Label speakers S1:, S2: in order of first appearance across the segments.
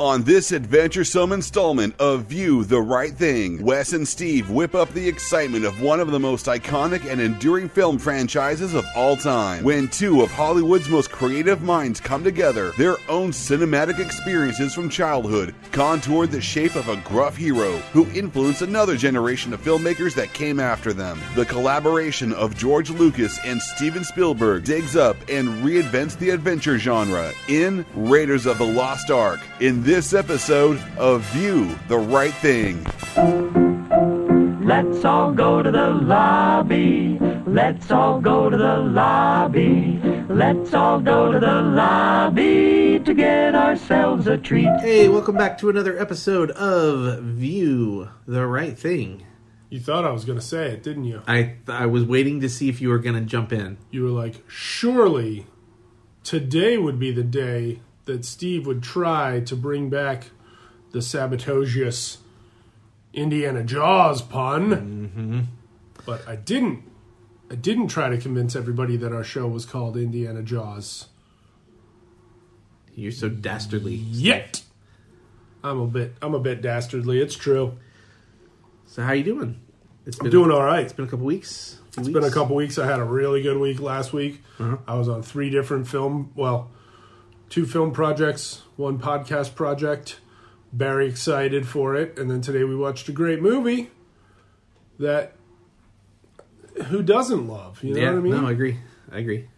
S1: On this adventuresome installment of View the Right Thing, Wes and Steve whip up the excitement of one of the most iconic and enduring film franchises of all time. When two of Hollywood's most creative minds come together, their own cinematic experiences from childhood contoured the shape of a gruff hero who influenced another generation of filmmakers that came after them. The collaboration of George Lucas and Steven Spielberg digs up and reinvents the adventure genre in Raiders of the Lost Ark in this episode of View the Right Thing.
S2: Let's all go to the lobby. Let's all go to the lobby. Let's all go to the lobby to get ourselves a treat.
S3: Hey, welcome back to another episode of View the Right Thing.
S4: You thought I was going to say it, didn't you?
S3: I I was waiting to see if you were going to jump in.
S4: You were like, surely today would be the day that Steve would try to bring back the sabotageous Indiana Jaws pun. Mm-hmm. But I didn't. I didn't try to convince everybody that our show was called Indiana Jaws
S3: You're so dastardly.
S4: yet. I'm a bit. I'm a bit dastardly. It's true.
S3: So how you doing? It's been,
S4: I'm doing all right.
S3: It's been a couple weeks. Few
S4: It's
S3: weeks?
S4: been a couple weeks. I had a really good week last week.
S3: Uh-huh.
S4: I was on three different film, well, two film projects, one podcast project. Very excited for it. And then today we watched a great movie that who doesn't love? You know
S3: yeah,
S4: what I mean?
S3: no, I agree. I agree.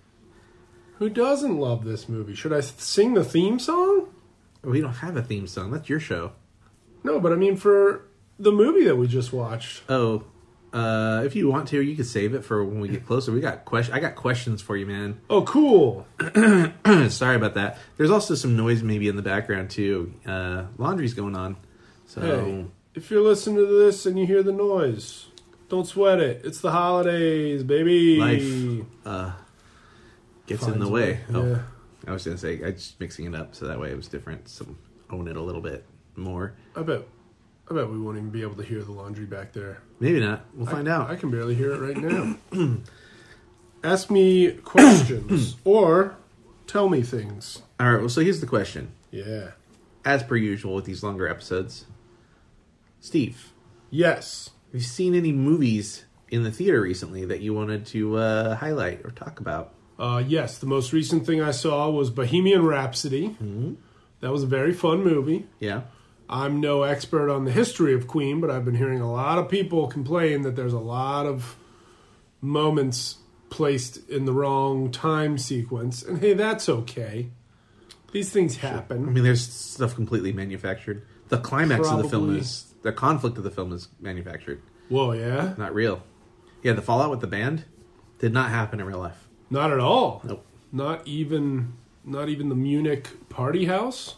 S4: who doesn't love this movie? Should I sing the theme song?
S3: We don't have a theme song. That's your show.
S4: No, but I mean for the movie that we just watched.
S3: Oh, uh, if you want to, you can save it for when we get closer. We got question. I got questions for you, man.
S4: Oh, cool.
S3: Sorry about that. There's also some noise maybe in the background too. Uh, laundry's going on, so
S4: Hey, if you're listening to this and you hear the noise, don't sweat it. It's the holidays, baby.
S3: life uh, gets in
S4: Finds
S3: the
S4: a
S3: way.
S4: way,
S3: Oh,
S4: yeah.
S3: I was gonna say I just mixing it up so that way it was different. Some own it a little bit more.
S4: I bet. I bet we won't even be able to hear the laundry back there.
S3: Maybe not. We'll find out.
S4: I can barely hear it right now. Ask me questions or tell me things.
S3: All right. Well, so here's the question.
S4: Yeah.
S3: As per usual with these longer episodes, Steve,
S4: Yes.
S3: have you seen any movies in the theater recently that you wanted to uh, highlight or talk about?
S4: Uh, yes. The most recent thing I saw was Bohemian Rhapsody.
S3: Mm-hmm.
S4: That was a very fun movie.
S3: Yeah.
S4: I'm no expert on the history of Queen, but I've been hearing a lot of people complain that there's a lot of moments placed in the wrong time sequence. And hey, that's okay. These things happen.
S3: I mean, there's stuff completely manufactured. The climax of the film
S4: Probably.
S3: is the conflict of the film is manufactured,
S4: Whoa, yeah?
S3: not real. Yeah, the fallout with the band did not happen in real life.
S4: Not at all.
S3: Nope.
S4: Not even not even the Munich party house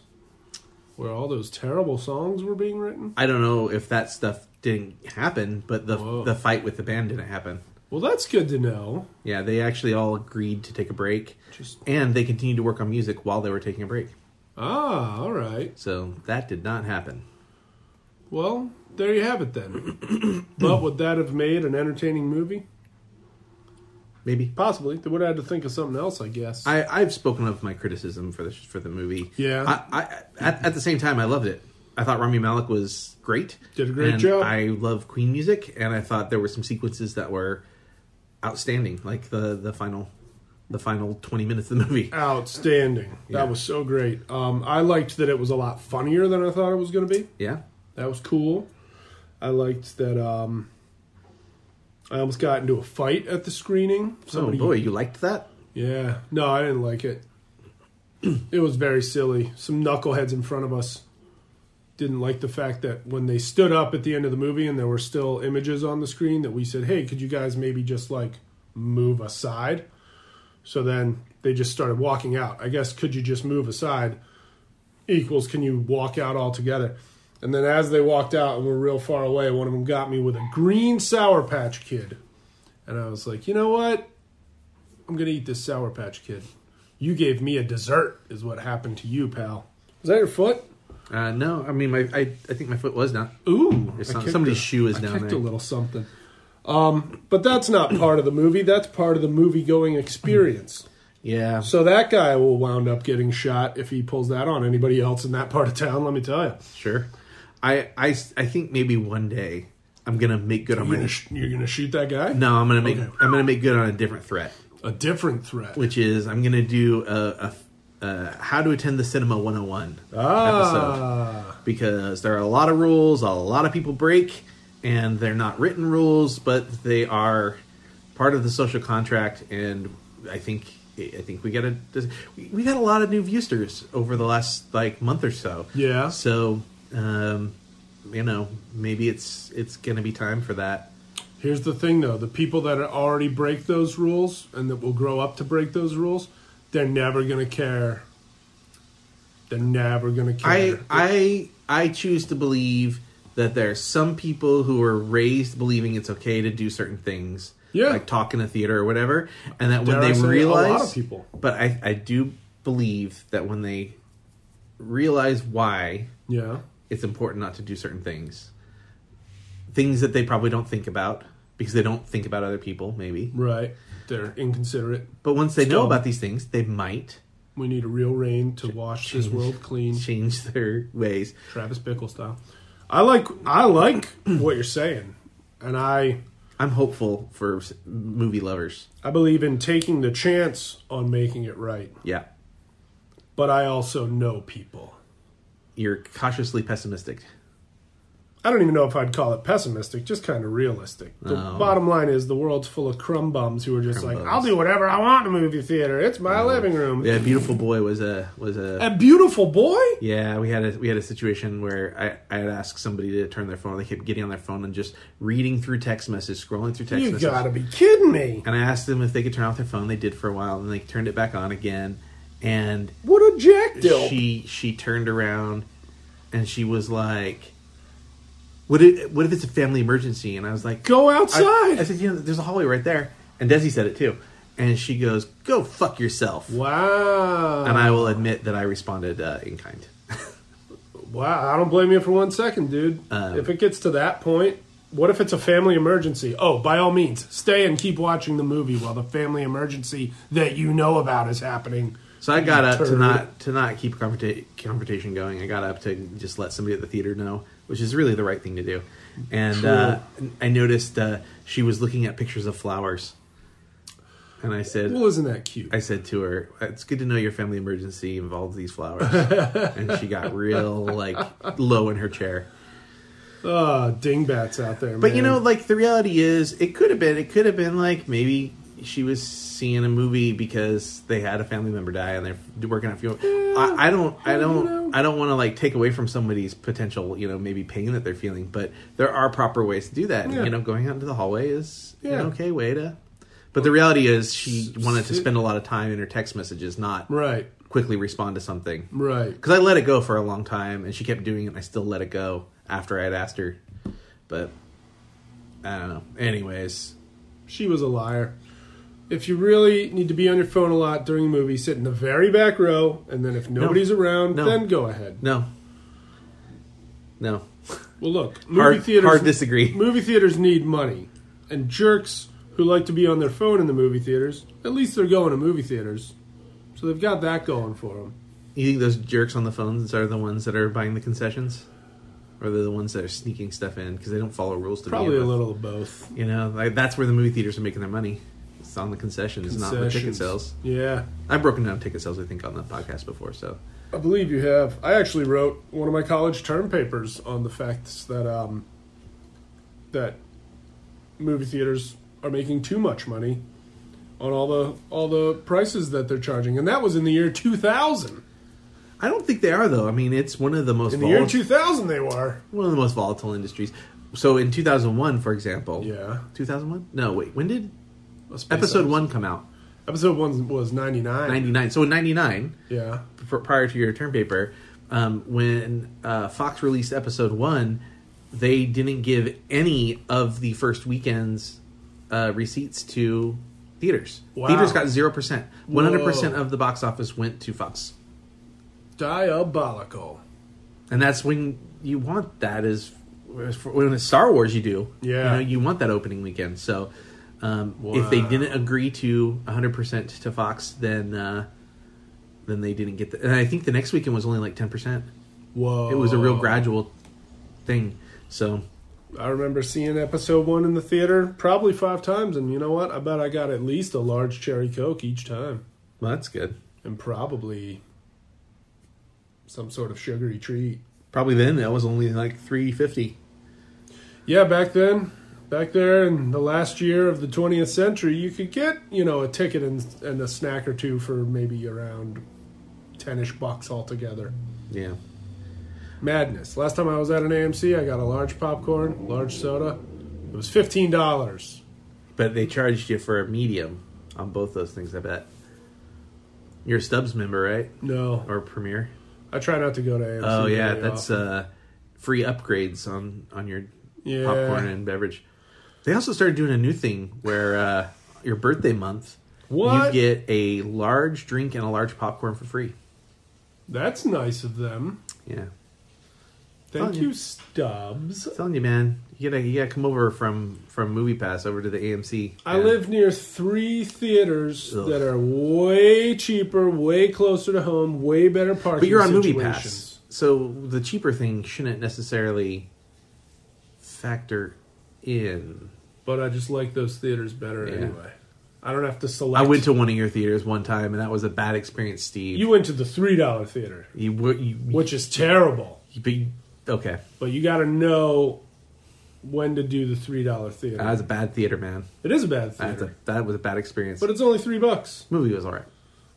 S4: where all those terrible songs were being written.
S3: I don't know if that stuff didn't happen, but the
S4: Whoa.
S3: the fight with the band didn't happen.
S4: Well, that's good to know.
S3: Yeah, they actually all agreed to take a break,
S4: Just
S3: and they continued to work on music while they were taking a break.
S4: Ah, all right.
S3: So that did not happen.
S4: Well, there you have it then. but would that have made an entertaining movie?
S3: Maybe
S4: Possibly. They would have had to think of something else, I guess.
S3: I, I've spoken of my criticism for the for the movie.
S4: Yeah.
S3: I, I at, at the same time I loved it. I thought Rami Malik was great.
S4: Did a great
S3: and
S4: job.
S3: I love Queen music, and I thought there were some sequences that were outstanding, like the the final the final twenty minutes of the movie.
S4: Uh, Outstanding.
S3: Yeah.
S4: That was so great. Um, I liked that it was a lot funnier than I thought it was going to be.
S3: Yeah,
S4: That was cool. I liked that. Um, I almost got into a fight at the screening.
S3: oh boy, you liked that?
S4: Yeah. No, I didn't like it. it was very silly. Some knuckleheads in front of us didn't like the fact that when they stood up at the end of the movie and there were still images on the screen that we said, "Hey, could you guys maybe just like move aside?" So then they just started walking out. I guess could you just move aside equals can you walk out altogether? And then as they walked out and were real far away, one of them got me with a green sour patch kid. And I was like, "You know what? I'm gonna eat this Sour Patch Kid. You gave me a dessert, is what happened to you, pal. Was that your foot?
S3: Uh, no, I mean, my I, I think my foot was down.
S4: Ooh,
S3: There's
S4: I
S3: some-
S4: kicked
S3: somebody's
S4: a-
S3: shoe is
S4: I
S3: down
S4: kicked
S3: there.
S4: a little something. Um, but that's not part of the movie. That's part of the movie going experience.
S3: Yeah.
S4: So that guy will wound up getting shot if he pulls that on anybody else in that part of town. Let me tell you,
S3: Sure. I, I, I think maybe one day I'm gonna make good on
S4: you're
S3: my.
S4: gonna, sh- you're gonna shoot that guy.
S3: No, I'm gonna make I'm gonna make good on a different threat,
S4: A different threat.
S3: which is I'm gonna do a, a, a how to attend the cinema 101
S4: ah,
S3: episode because there are a lot of rules, a lot of people break, and they're not written rules, but they are part of the social contract. And I think I think we got a we we got a lot of new viewsters over the last like month or so.
S4: Yeah.
S3: So, um, you know, maybe it's it's gonna be time for that.
S4: here's the thing though: the people that are already break those rules and that will grow up to break those rules, they're never gonna care. They're never gonna
S3: I
S4: care.
S3: I I choose to believe that there are some people who are raised believing it's okay to do certain things,
S4: Yeah.
S3: like talk in a theater or whatever, and that when
S4: Dare I
S3: they
S4: say, a lot
S3: realize,
S4: of people.
S3: But I I do believe that when they realize why
S4: yeah,
S3: it's important not to do certain things, things that they probably don't think about because they don't think about other people maybe.
S4: right. They're inconsiderate.
S3: But once they know
S4: Still.
S3: about these things, they might
S4: We need a real rain to wash this world clean.
S3: change their ways.
S4: Travis Bickle style. I like I like what you're saying, and I
S3: I'm hopeful for s- movie lovers.
S4: I believe in taking the chance on making it right.
S3: Yeah.
S4: But I also know people.
S3: you're cautiously pessimistic.
S4: I don't even know if I'd call it pessimistic, just kind of realistic. The bottom line is the world's full of crumb bums who are just
S3: Crumb
S4: like,
S3: bums.
S4: I'll do whatever I want in a movie theater. It's my living room.
S3: Mm. Yeah, beautiful boy was a was a
S4: A beautiful boy?
S3: yeah. We had a we had a situation where I I had asked somebody to turn their phone. They kept getting on their phone and just reading through text messages, scrolling through text
S4: You
S3: messages.
S4: gotta be kidding me.
S3: And I asked them if they could turn off their phone. They did for a while, and they turned it back on again. And
S4: What a jackdill.
S3: she she turned around and she was like, "What if, what if it's a family emergency?" And I was like,
S4: Go
S3: I-
S4: outside.
S3: I, said, "You know, there's a hallway right there." And Desi said it too. And she goes, "Go fuck yourself."
S4: wow.
S3: and I will admit that I responded uh, in kind.
S4: Wow, I don't blame you for one second, dude.
S3: Um,
S4: if it gets to that point, what if it's a family emergency? Oh, by all means, stay and keep watching the movie while the family emergency that you know about is happening.
S3: So I got up to
S4: Turd.
S3: not to not keep confronta- confrontation going. I got up to just let somebody at the theater know, which is really the right thing to do. And uh, I noticed uh, she was looking at pictures of flowers, and I said,
S4: Well, isn't that cute?
S3: I said to her, "It's good to know your family emergency involves these flowers." and she got real like low in her chair.
S4: Ah, dingbats out there,
S3: But you know, like the reality is, it could have been. It could have been like maybe she was seeing a movie because they had a family member die and they're working on funeral. I, I don't. I don't. I don't want to like take away from somebody's potential. You know, maybe pain that they're feeling. But there are proper ways to do that.
S4: Yeah.
S3: You know, going out into the hallway is
S4: Yeah.
S3: an okay way to. But the reality is, she wanted to
S4: sit-
S3: spend a lot of time in her text messages, not
S4: right,
S3: quickly respond to something.
S4: right.
S3: Because I let it go for a long time, and she kept doing it, and I still let it go after I had asked her. But I don't know. Anyways,
S4: She was a liar. If you really need to be on your phone a lot during a movie, sit in the very back row, and then if nobody's around,
S3: No.
S4: then go ahead.
S3: no, no,
S4: Well, look, movie
S3: hard,
S4: theaters
S3: hard disagree.
S4: movie theaters need money, and jerks who like to be on their phone in the movie theaters, at least they're going to movie theaters. So they've got that going for them.
S3: You think those jerks on the phones are the ones that are buying the concessions, or they're the ones that are sneaking stuff in because they don't follow rules to
S4: Probably
S3: begin
S4: a
S3: with?
S4: little of both.
S3: You know, like, that's where the movie theaters are making their money. It's on the concessions, not the ticket
S4: Concessions.
S3: sales.
S4: Yeah.
S3: I've broken down ticket sales, I think, on the podcast before. So
S4: I believe you have. I actually wrote one of my college term papers on the facts that um, that movie theaters are making too much money on all the all the prices that they're charging, and that was in the year 2000.
S3: I don't think they are though. I mean, it's one of the most
S4: In the year
S3: volatile-
S4: 2000, they were.
S3: one of the most volatile industries. So in 2001, for example,
S4: Yeah.
S3: 2001. No, wait, when did
S4: A Space
S3: episode
S4: Odyssey.
S3: one come out?
S4: Episode one was 99.
S3: 99. So in 99,
S4: Yeah.
S3: pr- prior to your term paper, um, when uh, Fox released episode one, they didn't give any of the first weekend's uh, receipts to theaters.
S4: Wow.
S3: Theaters got zero percent. One hundred percent
S4: Whoa.
S3: of the box office went to Fox,
S4: Diabolical.
S3: and that's when you want that is when it's Star Wars you do.
S4: Yeah.
S3: you know you want that opening weekend. So Um, If they
S4: Wow.
S3: didn't agree to 100 percent to Fox, then uh, then they didn't get the. And I think the next weekend was only like 10 percent.
S4: Whoa.
S3: It was a real
S4: Oh.
S3: gradual thing. So
S4: I remember seeing episode one in the theater probably five times, and you know what? I bet I got at least a large cherry coke each time,
S3: well, that's good.
S4: and probably some sort of sugary treat.
S3: Probably then that was only like 350.
S4: Yeah, back then, back there in the last year of the 20th century, you could get you know a ticket and, and a snack or two for maybe around ten-ish bucks altogether.
S3: Yeah.
S4: Madness. Last time I was at an AMC, I got a large popcorn, large soda. It was fifteen dollars.
S3: But they charged you for a medium on both those things, I bet. You're a Stubbs member, right?
S4: No,
S3: Or Premier?
S4: I try not to go to AMC.
S3: Oh yeah,
S4: very
S3: that's
S4: often.
S3: uh, free upgrades on on your
S4: Yeah.
S3: popcorn and beverage. They also started doing a new thing where uh, your birthday month,
S4: What?
S3: you get a large drink and a large popcorn for free.
S4: that's nice of them.
S3: Yeah,
S4: Thank
S3: yeah.
S4: you, Stubbs.
S3: I'm telling you, man, you gotta you gotta come over from from Movie Pass over to the AMC.
S4: I
S3: and-
S4: live near three theaters
S3: Ugh.
S4: that are way cheaper, way closer to home, way better parking.
S3: but you're on Movie
S4: situations.
S3: Pass, so the cheaper thing shouldn't necessarily factor in.
S4: But I just like those theaters better
S3: Yeah.
S4: anyway. I don't have to select.
S3: I went to one of your theaters one time, and that was a bad experience, Steve.
S4: you went to the three dollar theater,
S3: you, w- you,
S4: which is terrible.
S3: you big okay.
S4: But you got to know when to do the three dollar theater.
S3: That was a bad theater, man.
S4: it is a bad
S3: That's
S4: theater,
S3: a, that was a bad experience.
S4: but it's only three bucks.
S3: movie was alright.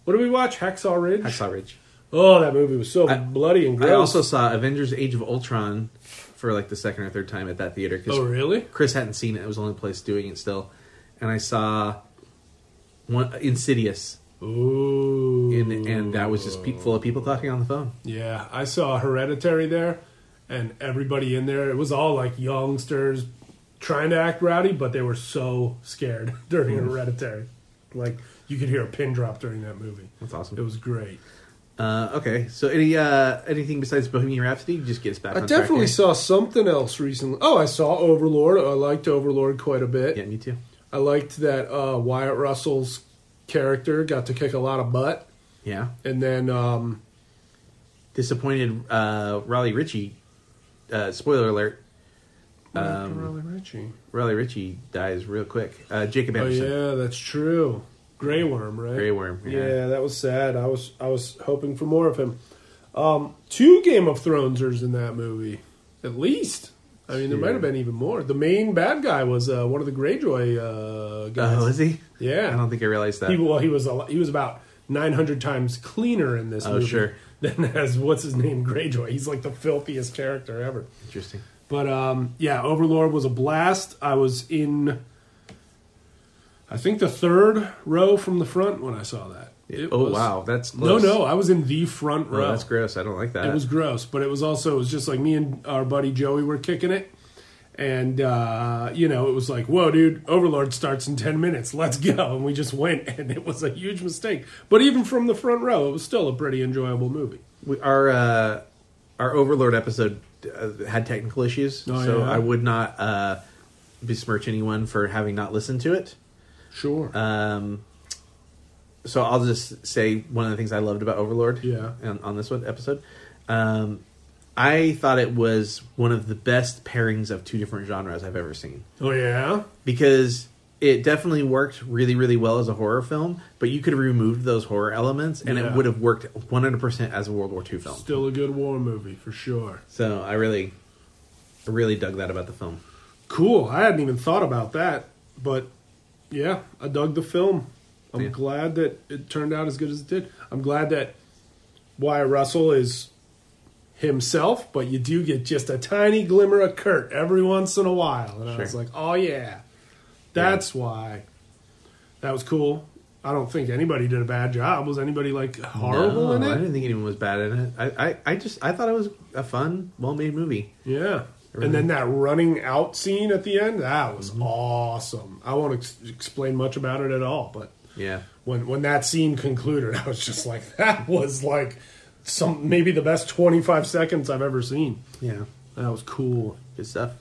S4: What did we watch? Hacksaw Ridge.
S3: Hacksaw Ridge.
S4: Oh, that movie was so
S3: I-
S4: bloody and gross.
S3: I also saw Avengers: Age of Ultron for like the second or third time at that theater because
S4: oh really?
S3: Chris hadn't seen it. It was the only place doing it still, and I saw one Insidious,
S4: Ooh.
S3: and and that was just pe- full of people talking on the phone.
S4: Yeah, I saw Hereditary there, and everybody in there. It was all like youngsters trying to act rowdy, but they were so scared during
S3: Hmm.
S4: Hereditary. Like you could hear a pin drop during that movie.
S3: That's awesome.
S4: It was great.
S3: Uh, okay, so any uh, anything besides Bohemian Rhapsody just gets back.
S4: I
S3: on track eh?
S4: definitely
S3: here.
S4: saw something else recently. Oh, I saw Overlord. I liked Overlord quite a bit.
S3: Yeah, me too.
S4: I liked that uh, Wyatt Russell's character got to kick a lot of butt,
S3: Yeah,
S4: and then um,
S3: disappointed. Uh, Raleigh Ritchie. Uh, spoiler alert.
S4: what
S3: Um,
S4: happened to Riley Ritchie?
S3: Riley Ritchie dies real quick. Uh, Jacob
S4: Oh
S3: Anderson.
S4: yeah, that's true. Grey Worm, right?
S3: Grey Worm, yeah.
S4: Yeah. that was sad. I was I was hoping for more of him. Um, two Game of Thronesers in that movie, at least. I mean, there
S3: Yeah.
S4: might have been even more. The main bad guy was uh, one of the Greyjoy uh, guys.
S3: Oh, is he? I
S4: Yeah,
S3: don't think I realized that.
S4: he well he was a, lo- he was about nine hundred times cleaner in this
S3: Oh,
S4: movie
S3: sure.
S4: than as what's his name Greyjoy. He's like the filthiest character ever.
S3: Interesting.
S4: But um, yeah, Overlord was a blast. I was in, I think the third row from the front when I saw that. It
S3: oh
S4: was-
S3: wow, that's
S4: No,
S3: close.
S4: no, I was in the front
S3: Oh,
S4: row.
S3: that's gross. I don't like that.
S4: It was gross, but it was also it was just like me and our buddy Joey were kicking it, and uh, you know it was like, whoa, dude, Overlord starts in ten minutes, let's go, and we just went, and it was a huge mistake. But even from the front row, it was still a pretty enjoyable movie.
S3: we, our uh, our Overlord episode uh, had technical issues,
S4: Oh,
S3: so
S4: yeah?
S3: I would not uh, besmirch anyone for having not listened to it.
S4: Sure.
S3: Um, so I'll just say one of the things I loved about Overlord.
S4: Yeah.
S3: On, on this one episode, um, I thought it was one of the best pairings of two different genres I've ever seen.
S4: oh yeah.
S3: because it definitely worked really really well as a horror film but you could have removed those horror elements and it
S4: Yeah.
S3: would have worked 100% as a world war ii film
S4: Still a good war movie for sure.
S3: so i really I really dug that about the film
S4: Cool. I hadn't even thought about that, but yeah, I dug the film. I'm
S3: Yeah.
S4: glad that it turned out as good as it did. I'm glad that Wyatt Russell is himself, but you do get just a tiny glimmer of Kurt every once in a while, and I was
S3: Sure.
S4: like, oh yeah, that's why. That was cool. I don't think anybody did a bad job. Was anybody like horrible
S3: No,
S4: in
S3: i
S4: it?
S3: didn't think anyone was bad in it I, I, I just i thought it was a fun well-made movie
S4: Yeah. And then that running out scene at the end, that was
S3: Mm-hmm.
S4: awesome. I won't ex- explain much about it at all, but
S3: yeah
S4: when when that scene concluded, I was just like, that was like some maybe the best 25 seconds I've ever seen.
S3: yeah
S4: That was cool. Uh,
S3: good stuff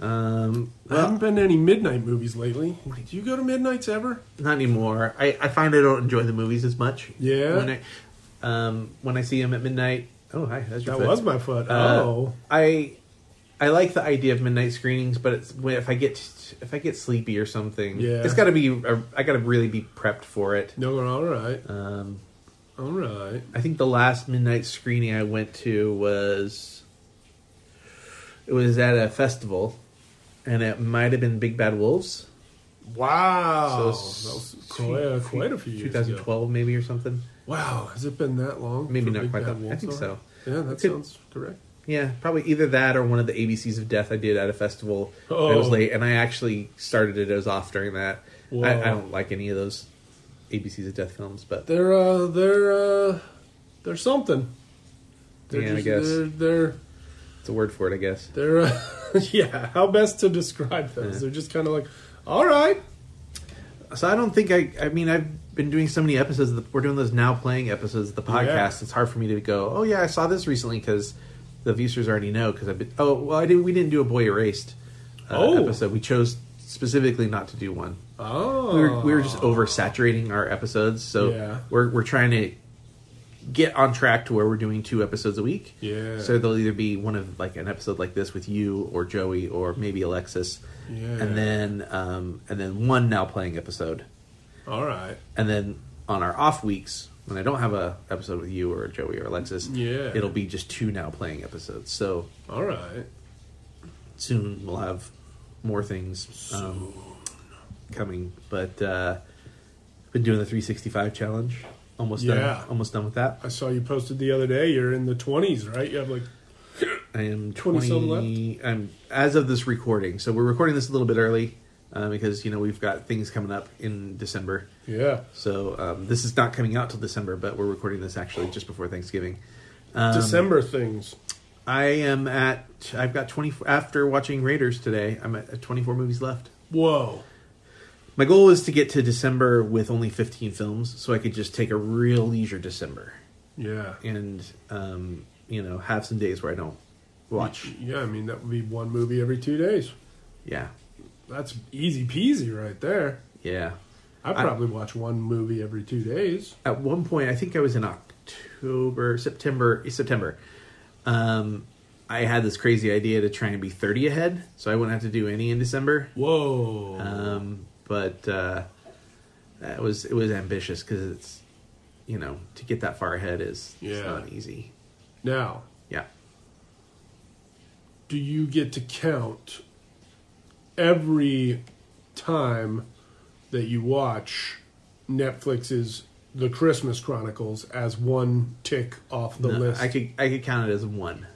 S3: Um,
S4: I
S3: well, Oh
S4: haven't been to any midnight movies lately. Do you go to midnights ever?
S3: not anymore. I, I find I don't enjoy the movies as much.
S4: Yeah.
S3: When I, um, when I see them at midnight. Oh, hi. That's your
S4: That
S3: foot.
S4: was my foot.
S3: Uh,
S4: oh,
S3: I I like the idea of midnight screenings, but it's, when- if I get if I get sleepy or something,
S4: Yeah.
S3: it's got to be a- I got to really be prepped for it.
S4: no, all right,
S3: Um,
S4: all right.
S3: I think the last midnight screening I went to was it was at a festival, and it might have been Big Bad Wolves,
S4: Wow,
S3: So
S4: Oh, that was quite, quite a few years. ago.
S3: 2012 maybe or something.
S4: Wow, has it been that long?
S3: Maybe
S4: for
S3: not
S4: Big
S3: quite
S4: Bad
S3: that- I
S4: Wolf
S3: think
S4: Song?
S3: so.
S4: Yeah,
S3: It
S4: that
S3: could-
S4: sounds correct.
S3: Yeah, probably either that or one of the ABCs of Death I did at a festival. I was
S4: Oh.
S3: late, and I actually started it as off during that.
S4: Whoa.
S3: I, I don't like any of those ABCs of Death films, but
S4: They're uh, they're uh, they're something. They're
S3: Yeah, I guess.
S4: They're they're,
S3: it's a word for it, I guess.
S4: they're uh, yeah. How best to describe those?
S3: Yeah.
S4: They're just kind of like, all right,
S3: So I don't think I. I mean, I've been doing so many episodes. Of the, we're doing those now playing episodes of the podcast.
S4: Yeah.
S3: It's hard for me to go. Oh yeah, I saw this recently because the viewers already know. Because I've been. Oh well, I did. We didn't do a boy erased uh,
S4: Oh.
S3: episode. We chose specifically not to do one.
S4: oh,
S3: we were, we were just oversaturating our episodes, so
S4: Yeah.
S3: we're we're trying to get on track to where we're doing two episodes a week.
S4: Yeah.
S3: So there'll either be one of like an episode like this with you or Joey or maybe Alexis,
S4: Yeah.
S3: and then um, and then one now playing episode,
S4: all right.
S3: and then on our off weeks when I don't have a episode with you or Joey or Alexis,
S4: Yeah.
S3: it'll be just two now playing episodes. So
S4: All right.
S3: soon we'll have more things um, coming. But uh, been doing the 365 challenge. Almost
S4: Yeah.
S3: done. Almost done with that.
S4: I saw you posted the other day. You're in the 20s, right? You have like
S3: I am
S4: 20 some
S3: 20. I'm as of this recording. So we're recording this a little bit early uh, because you know we've got things coming up in December.
S4: yeah.
S3: So um, this is not coming out till December, but we're recording this actually just before Thanksgiving. Um,
S4: December things.
S3: I am at. I've got 20 after watching Raiders today. I'm at 24 movies left.
S4: Whoa.
S3: My goal is to get to December with only 15 films, so I could just take a real leisure December
S4: Yeah.
S3: and um, you know have some days where I don't watch.
S4: Yeah, I mean that would be one movie every two days.
S3: Yeah,
S4: That's easy peasy right there.
S3: yeah.
S4: I probably watch one movie every two days.
S3: At one point, I think I was in October, September, September. Um, I had this crazy idea to try and be 30 ahead, so I wouldn't have to do any in December.
S4: Whoa.
S3: Um, but uh, that was it was ambitious because it's you know to get that far ahead is it's
S4: Yeah.
S3: not easy.
S4: now,
S3: Yeah.
S4: do you get to count every time that you watch Netflix's The Christmas Chronicles as one tick off the
S3: No,
S4: list?
S3: I could I could count it as one,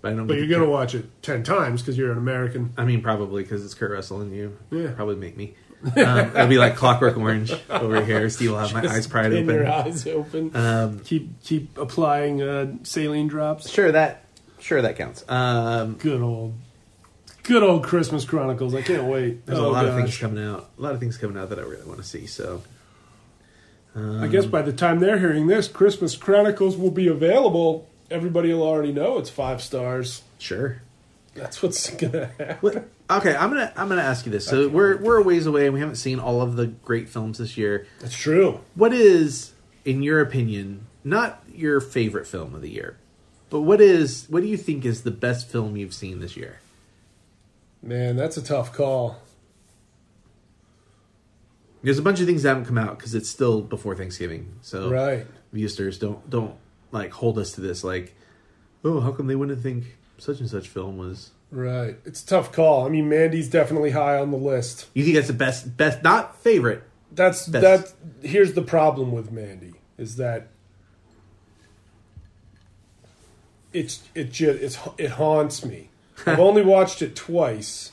S3: but I don't.
S4: but
S3: get
S4: you're
S3: to
S4: going to watch
S3: count-
S4: it 10 times because you're an American.
S3: I mean, probably because it's Kurt Russell and you
S4: Yeah.
S3: probably make me. Um, it'll be like Clockwork Orange over here. Steve will have my eyes pried
S4: Pin your
S3: open.
S4: eyes open.
S3: Um,
S4: keep keep applying uh, saline drops.
S3: Sure that sure that counts. Um,
S4: Good old, good old Christmas Chronicles. I can't wait.
S3: there's
S4: Oh,
S3: a lot of things
S4: gosh.
S3: coming out. A lot of things coming out that I really want to see. So
S4: I guess by the time they're hearing this, Christmas Chronicles will be available. Everybody will already know it's five stars.
S3: sure.
S4: That's what's gonna happen.
S3: What, okay, I'm gonna I'm gonna ask you this. So we're we're a ways away, and we haven't seen all of the great films this year.
S4: That's true.
S3: What is, in your opinion, not your favorite film of the year, but what is what do you think is the best film you've seen this year?
S4: Man, that's a tough call.
S3: There's a bunch of things that haven't come out because it's still before Thanksgiving. So
S4: Right.
S3: viewsters don't don't like hold us to this. Like, oh, how come they wouldn't think such and such film was?
S4: Right. It's a tough call. I mean, Mandy's definitely high on the list.
S3: You think that's the best best not favorite?
S4: That's
S3: Best.
S4: that. Here's the problem with Mandy is that it's it just it's it haunts me. I've only watched it twice.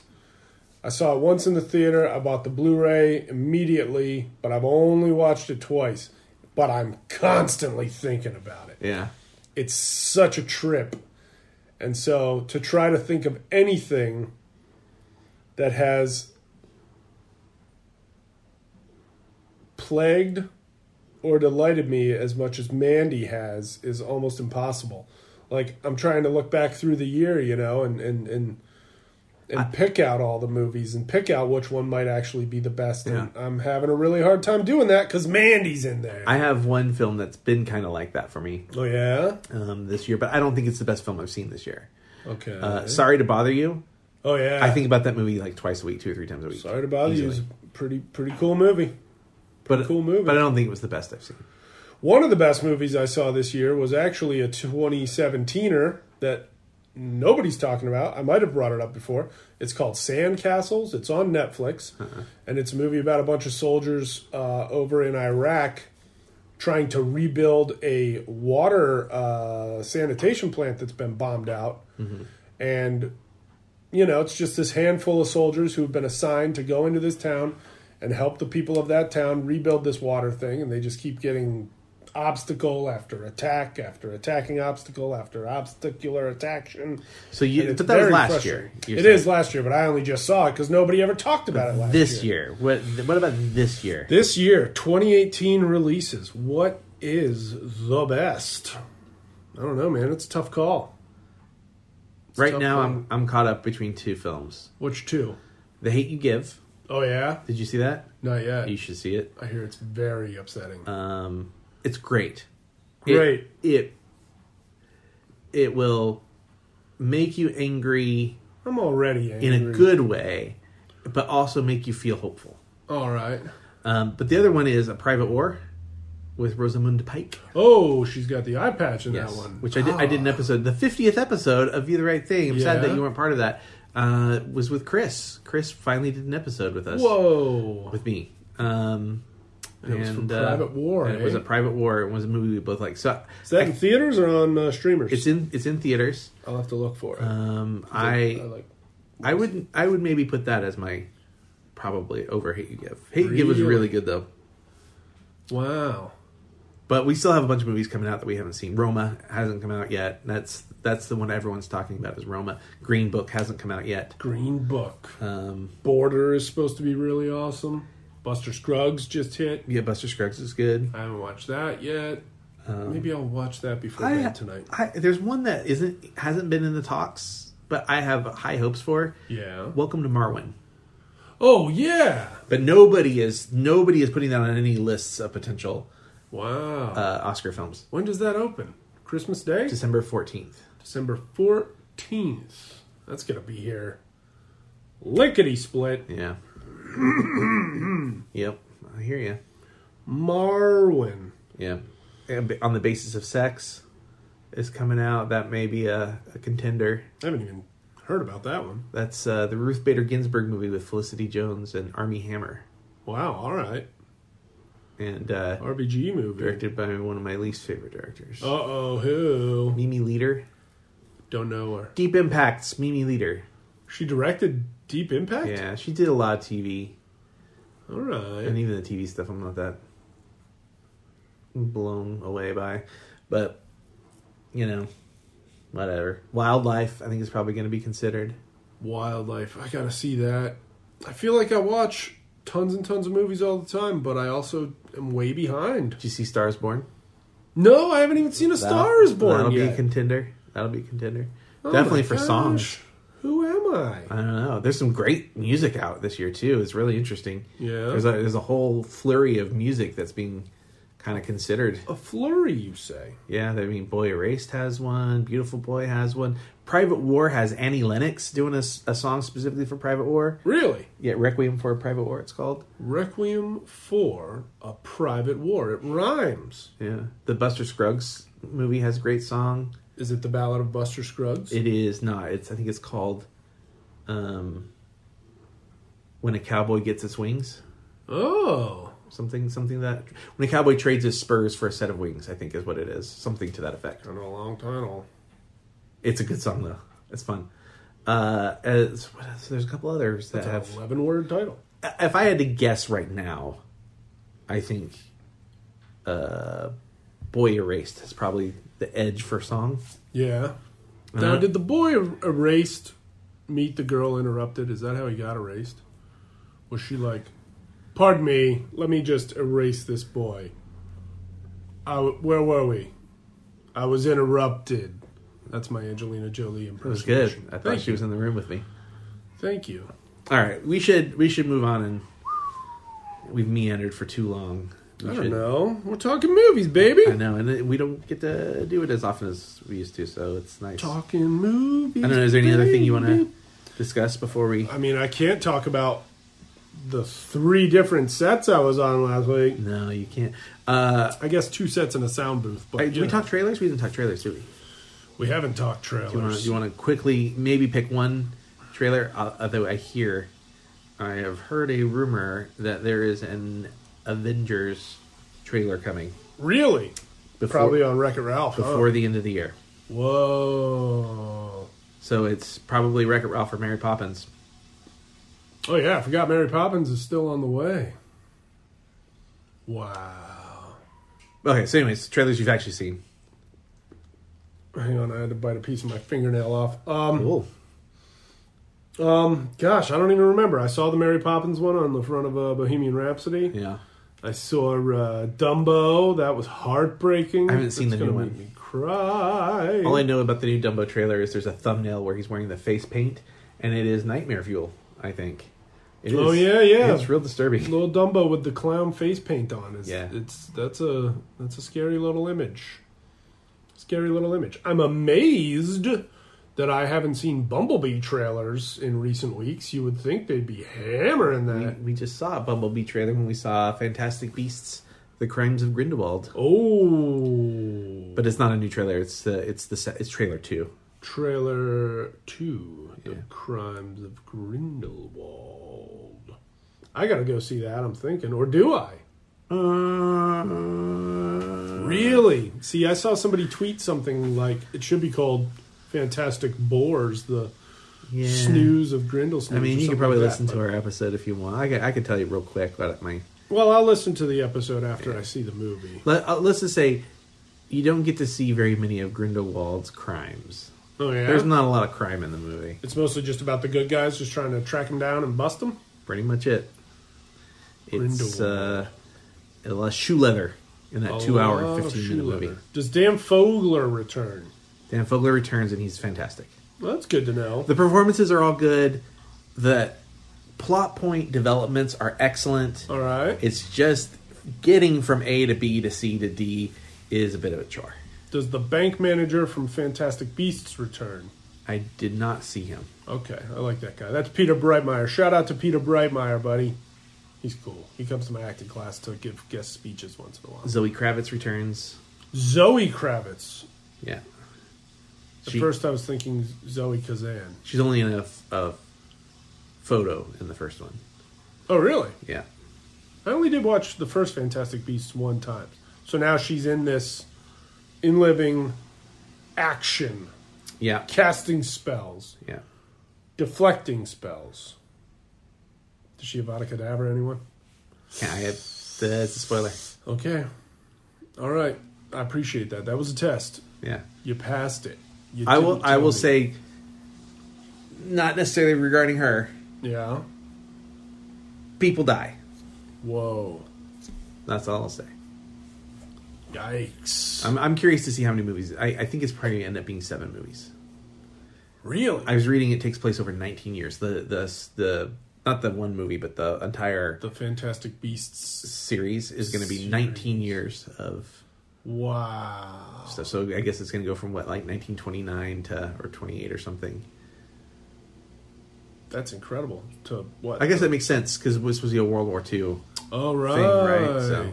S4: I saw it once in the theater. I bought the Blu-ray immediately, but I've only watched it twice. But I'm constantly thinking about it.
S3: Yeah.
S4: It's such a trip, and so to try to think of anything that has plagued or delighted me as much as Mandy has is almost impossible. Like I'm trying to look back through the year, you know, and and and and pick out all the movies and pick out which one might actually be the best. And I'm having a really hard time doing that because Mandy's in there.
S3: I have one film that's been kind of like that for me
S4: oh yeah.
S3: um, this year, but I don't think it's the best film I've seen this year.
S4: Okay.
S3: Uh, Sorry to bother you.
S4: oh yeah.
S3: I think about that movie like twice a week, two or three times a week.
S4: Sorry to bother you. It's a
S3: Easily.
S4: pretty pretty cool movie.
S3: but
S4: cool movie.
S3: But I don't think it was the best I've seen.
S4: One of the best movies I saw this year was actually a 2017er that nobody's talking about. I might have brought it up before. It's called Sandcastles. It's on Netflix, and it's a movie about a bunch of soldiers uh, over in Iraq trying to rebuild a water uh, sanitation plant that's been bombed out.
S3: Mm-hmm.
S4: And you know, it's just this handful of soldiers who've been assigned to go into this town and help the people of that town rebuild this water thing, and they just keep getting obstacle after attack after attacking obstacle after obstacular attraction.
S3: So
S4: And
S3: you,
S4: it's
S3: but that was
S4: very
S3: last year.
S4: frustrating.
S3: you're
S4: It
S3: saying.
S4: is last year, but I only just saw it because nobody ever talked about it last
S3: this year. What What about this year?
S4: This year, 2018 releases. What is the best? I don't know, man. It's a tough call. It's a
S3: right
S4: tough
S3: now,
S4: call.
S3: I'm I'm caught up between two films.
S4: Which two?
S3: The Hate You Give.
S4: Oh yeah,
S3: Did you see that?
S4: not yet.
S3: You should see it.
S4: I hear it's very upsetting.
S3: Um, it's great. It-
S4: Great.
S3: It, it will make you angry
S4: I'm already
S3: in
S4: angry.
S3: a good way, but also make you feel hopeful.
S4: All right.
S3: Um, but the other one is A Private War with Rosamund Pike.
S4: Oh, she's got the eye patch in that one.
S3: Which I did, I did an episode, the 50th episode of View the Right Thing. I'm sad
S4: Oh. Yeah.
S3: that you weren't part of that. Uh, was with Chris. Chris finally did an episode with us.
S4: Whoa.
S3: With me. Um, and
S4: it was from
S3: uh,
S4: Private War,
S3: and It was
S4: eh?
S3: a private war. It was a movie we both like. So
S4: Is that in theaters or on uh, streamers?
S3: it's in it's in theaters.
S4: I'll have to look for it.
S3: Um,
S4: I
S3: I
S4: like.
S3: I would I would maybe put that as my probably over Hate You Give. Hate You Give was
S4: Really?
S3: really good though.
S4: Wow.
S3: But we still have a bunch of movies coming out that we haven't seen. Roma hasn't come out yet. That's that's the one everyone's talking about is Roma. Green Book hasn't come out yet.
S4: Green Book.
S3: Um,
S4: Border is supposed to be really awesome. Buster Scruggs just hit.
S3: yeah, Buster Scruggs is good.
S4: I haven't watched that yet. Maybe I'll watch that before
S3: Um, I,
S4: bed tonight.
S3: I, there's one that isn't hasn't been in the talks, but I have high hopes for.
S4: Yeah.
S3: Welcome to Marwin.
S4: Oh yeah.
S3: But nobody is nobody is putting that on any lists of potential
S4: Wow.
S3: uh, Oscar films.
S4: when does that open? Christmas Day.
S3: December fourteenth.
S4: December fourteenth. That's gonna be here. Lickety split.
S3: Yeah. yep, I hear you.
S4: Marwin.
S3: Yeah. And b- on the basis of sex is coming out. That may be a, a contender.
S4: I haven't even heard about that one.
S3: That's uh, the Ruth Bader Ginsburg movie with Felicity Jones and Army Hammer,
S4: Wow. All right.
S3: and uh,
S4: RBG movie.
S3: directed by one of my least favorite directors,
S4: Uh oh. Who?
S3: Mimi Leader.
S4: Don't know her.
S3: Deep Impacts, Mimi Leader.
S4: She directed Deep Impact.
S3: Yeah, she did a lot of TV,
S4: All right.
S3: and even the TV stuff I'm not that blown away by, but you know, whatever. Wildlife, I think is probably going to be considered.
S4: Wildlife. I gotta see that. I feel like I watch tons and tons of movies all the time, but I also am way behind.
S3: Did you see Stars Born?
S4: No, I haven't even seen A Star Is Born
S3: That'll be
S4: yet.
S3: a contender. That'll be a contender.
S4: Oh
S3: Definitely
S4: my
S3: for
S4: gosh.
S3: songs.
S4: Who am I?
S3: I don't know. There's some great music out this year too. It's really interesting.
S4: Yeah.
S3: There's a, there's a whole flurry of music that's being kind of considered.
S4: A flurry, you say?
S3: Yeah. I mean, Boy Erased has one. Beautiful Boy has one. Private War has Annie Lennox doing a, s- a song specifically for Private War.
S4: Really?
S3: Yeah, Requiem for a Private War. It's called.
S4: Requiem for a Private War. It rhymes.
S3: Yeah. The Buster Scruggs movie has a great song.
S4: Is it the Ballad of Buster Scruggs?
S3: It is not. It's I think it's called um When a Cowboy Gets Its Wings.
S4: oh.
S3: Something something that when a cowboy trades his spurs for a set of wings, I think is what it is. Something to that effect.
S4: Kind of a long title.
S3: It's a good song though. It's fun. Uh, as, what else? there's a couple others that have.
S4: It's an 11 word title.
S3: If I had to guess right now, I think uh, "Boy Erased" is probably the edge for song.
S4: Yeah. Now,
S3: Uh-huh.
S4: did the boy er- erased meet the girl interrupted? Is that how he got erased? Was she like, pardon me, let me just erase this boy? I w- where were we? I was interrupted. That's my Angelina Jolie
S3: It was
S4: impersonation.
S3: good. I thought
S4: Thank
S3: she was in the room with me.
S4: Thank you.
S3: All right, we should we should move on and we've meandered for too long. We
S4: I
S3: should-
S4: don't know. We're talking movies, baby.
S3: I know, and it- we don't get to do it as often as we used to, so it's nice.
S4: Talking movies.
S3: I don't know. Is there any other thing you want to
S4: baby.
S3: discuss before we?
S4: I mean, I can't talk about the three different sets I was on last week.
S3: No, you can't. Uh,
S4: I guess two sets in a sound booth, but
S3: all right, did
S4: you
S3: we
S4: know,
S3: talk trailers? We didn't talk trailers, did we?
S4: we haven't talked
S3: Do you want to,
S4: trailers.
S3: do you want to quickly maybe pick one trailer? Uh, although I hear, I have heard a rumor that there is an Avengers trailer coming
S4: really?
S3: before
S4: Probably uh, on Wreck It Ralph. huh?
S3: before the end of the year.
S4: Whoa.
S3: So it's probably Wreck It Ralph or Mary Poppins.
S4: Oh, yeah. I forgot Mary Poppins is still on the way. Wow.
S3: Okay, so anyways, trailers you've actually seen.
S4: Hang on. I had to bite a piece of my fingernail off. Um,
S3: Cool.
S4: Um, gosh, I don't even remember. I saw the Mary Poppins one on the front of uh, Bohemian Rhapsody.
S3: Yeah.
S4: I saw uh, Dumbo. That was heartbreaking.
S3: I haven't seen
S4: That's
S3: the new
S4: gonna
S3: one.
S4: Make me cry.
S3: All I know about the new Dumbo trailer is there's a thumbnail where he's wearing the face paint, and it is nightmare fuel. I think. It
S4: Oh, yeah, yeah.
S3: It's real disturbing.
S4: little Dumbo with the clown face paint on. Is,
S3: Yeah.
S4: it's that's a that's a scary little image. Scary little image. I'm amazed that I haven't seen Bumblebee trailers in recent weeks. You would think they'd be hammering
S3: We,
S4: that.
S3: we just saw a Bumblebee trailer when we saw Fantastic Beasts: The Crimes of Grindelwald,
S4: Oh,
S3: but it's not a new trailer. It's the it's the se- it's trailer two.
S4: Trailer two: The
S3: Yeah.
S4: Crimes of Grindelwald. I gotta go see that. I'm thinking, or do I?
S3: Uh,
S4: Really? See, I saw somebody tweet something like it should be called "Fantastic Boars: The
S3: yeah.
S4: Snooze of Grindel."
S3: I mean, you could probably listen to our episode if you want. I could, I could tell you real quick what my
S4: Well, I'll listen to the episode after I see the movie.
S3: Let, uh, let's just say you don't get to see very many of Grindelwald's crimes.
S4: Oh yeah,
S3: There's not a lot of crime in the movie.
S4: it's mostly just about the good guys just trying to track them down and bust them.
S3: Pretty much it. It's uh,
S4: Grindelwald.
S3: a lot of shoe leather in that two hour
S4: Oh,
S3: and 15 minute movie.
S4: Does Dan Fogler return?
S3: Dan Fogler returns and he's fantastic.
S4: Well, that's good to know.
S3: The performances are all good. The plot point developments are excellent.
S4: All right.
S3: It's just getting from A to B to C to D is a bit of a chore.
S4: Does the bank manager from Fantastic Beasts return?
S3: I did not see him.
S4: Okay, I like that guy. That's Peter Brightmeyer. Shout out to Peter Brightmeyer, buddy. He's cool. He comes to my acting class to give guest speeches once in a while.
S3: Zoe Kravitz returns.
S4: Zoe Kravitz.
S3: Yeah.
S4: At
S3: She-
S4: first, I was thinking Zoe Kazan.
S3: She's only in a, a photo in the first one.
S4: Oh, really?
S3: Yeah.
S4: I only did watch the first Fantastic Beasts one time. So now she's in this in living action,
S3: Yeah.
S4: casting spells,
S3: Yeah.
S4: deflecting spells. Does she have Avada Kedavra, anyone?
S3: Can I have that's a spoiler.
S4: Okay. All right. I appreciate that. That was a test.
S3: Yeah.
S4: You passed it. You
S3: I will
S4: didn't
S3: I
S4: tell
S3: will
S4: me.
S3: say not necessarily regarding her.
S4: Yeah.
S3: People die.
S4: Whoa.
S3: That's all I'll say.
S4: Yikes.
S3: I'm I'm curious to see how many movies I, I think it's probably gonna end up being seven movies.
S4: really?
S3: I was reading it takes place over nineteen years. The the the not the one movie, but the entire
S4: the Fantastic Beasts.
S3: series is gonna be nineteen years of
S4: Wow.
S3: stuff. So I guess it's going to go from what, like 1929 to or 28 or something.
S4: That's incredible. To what?
S3: I guess that makes sense because this was a World War II
S4: All right.
S3: thing, right? So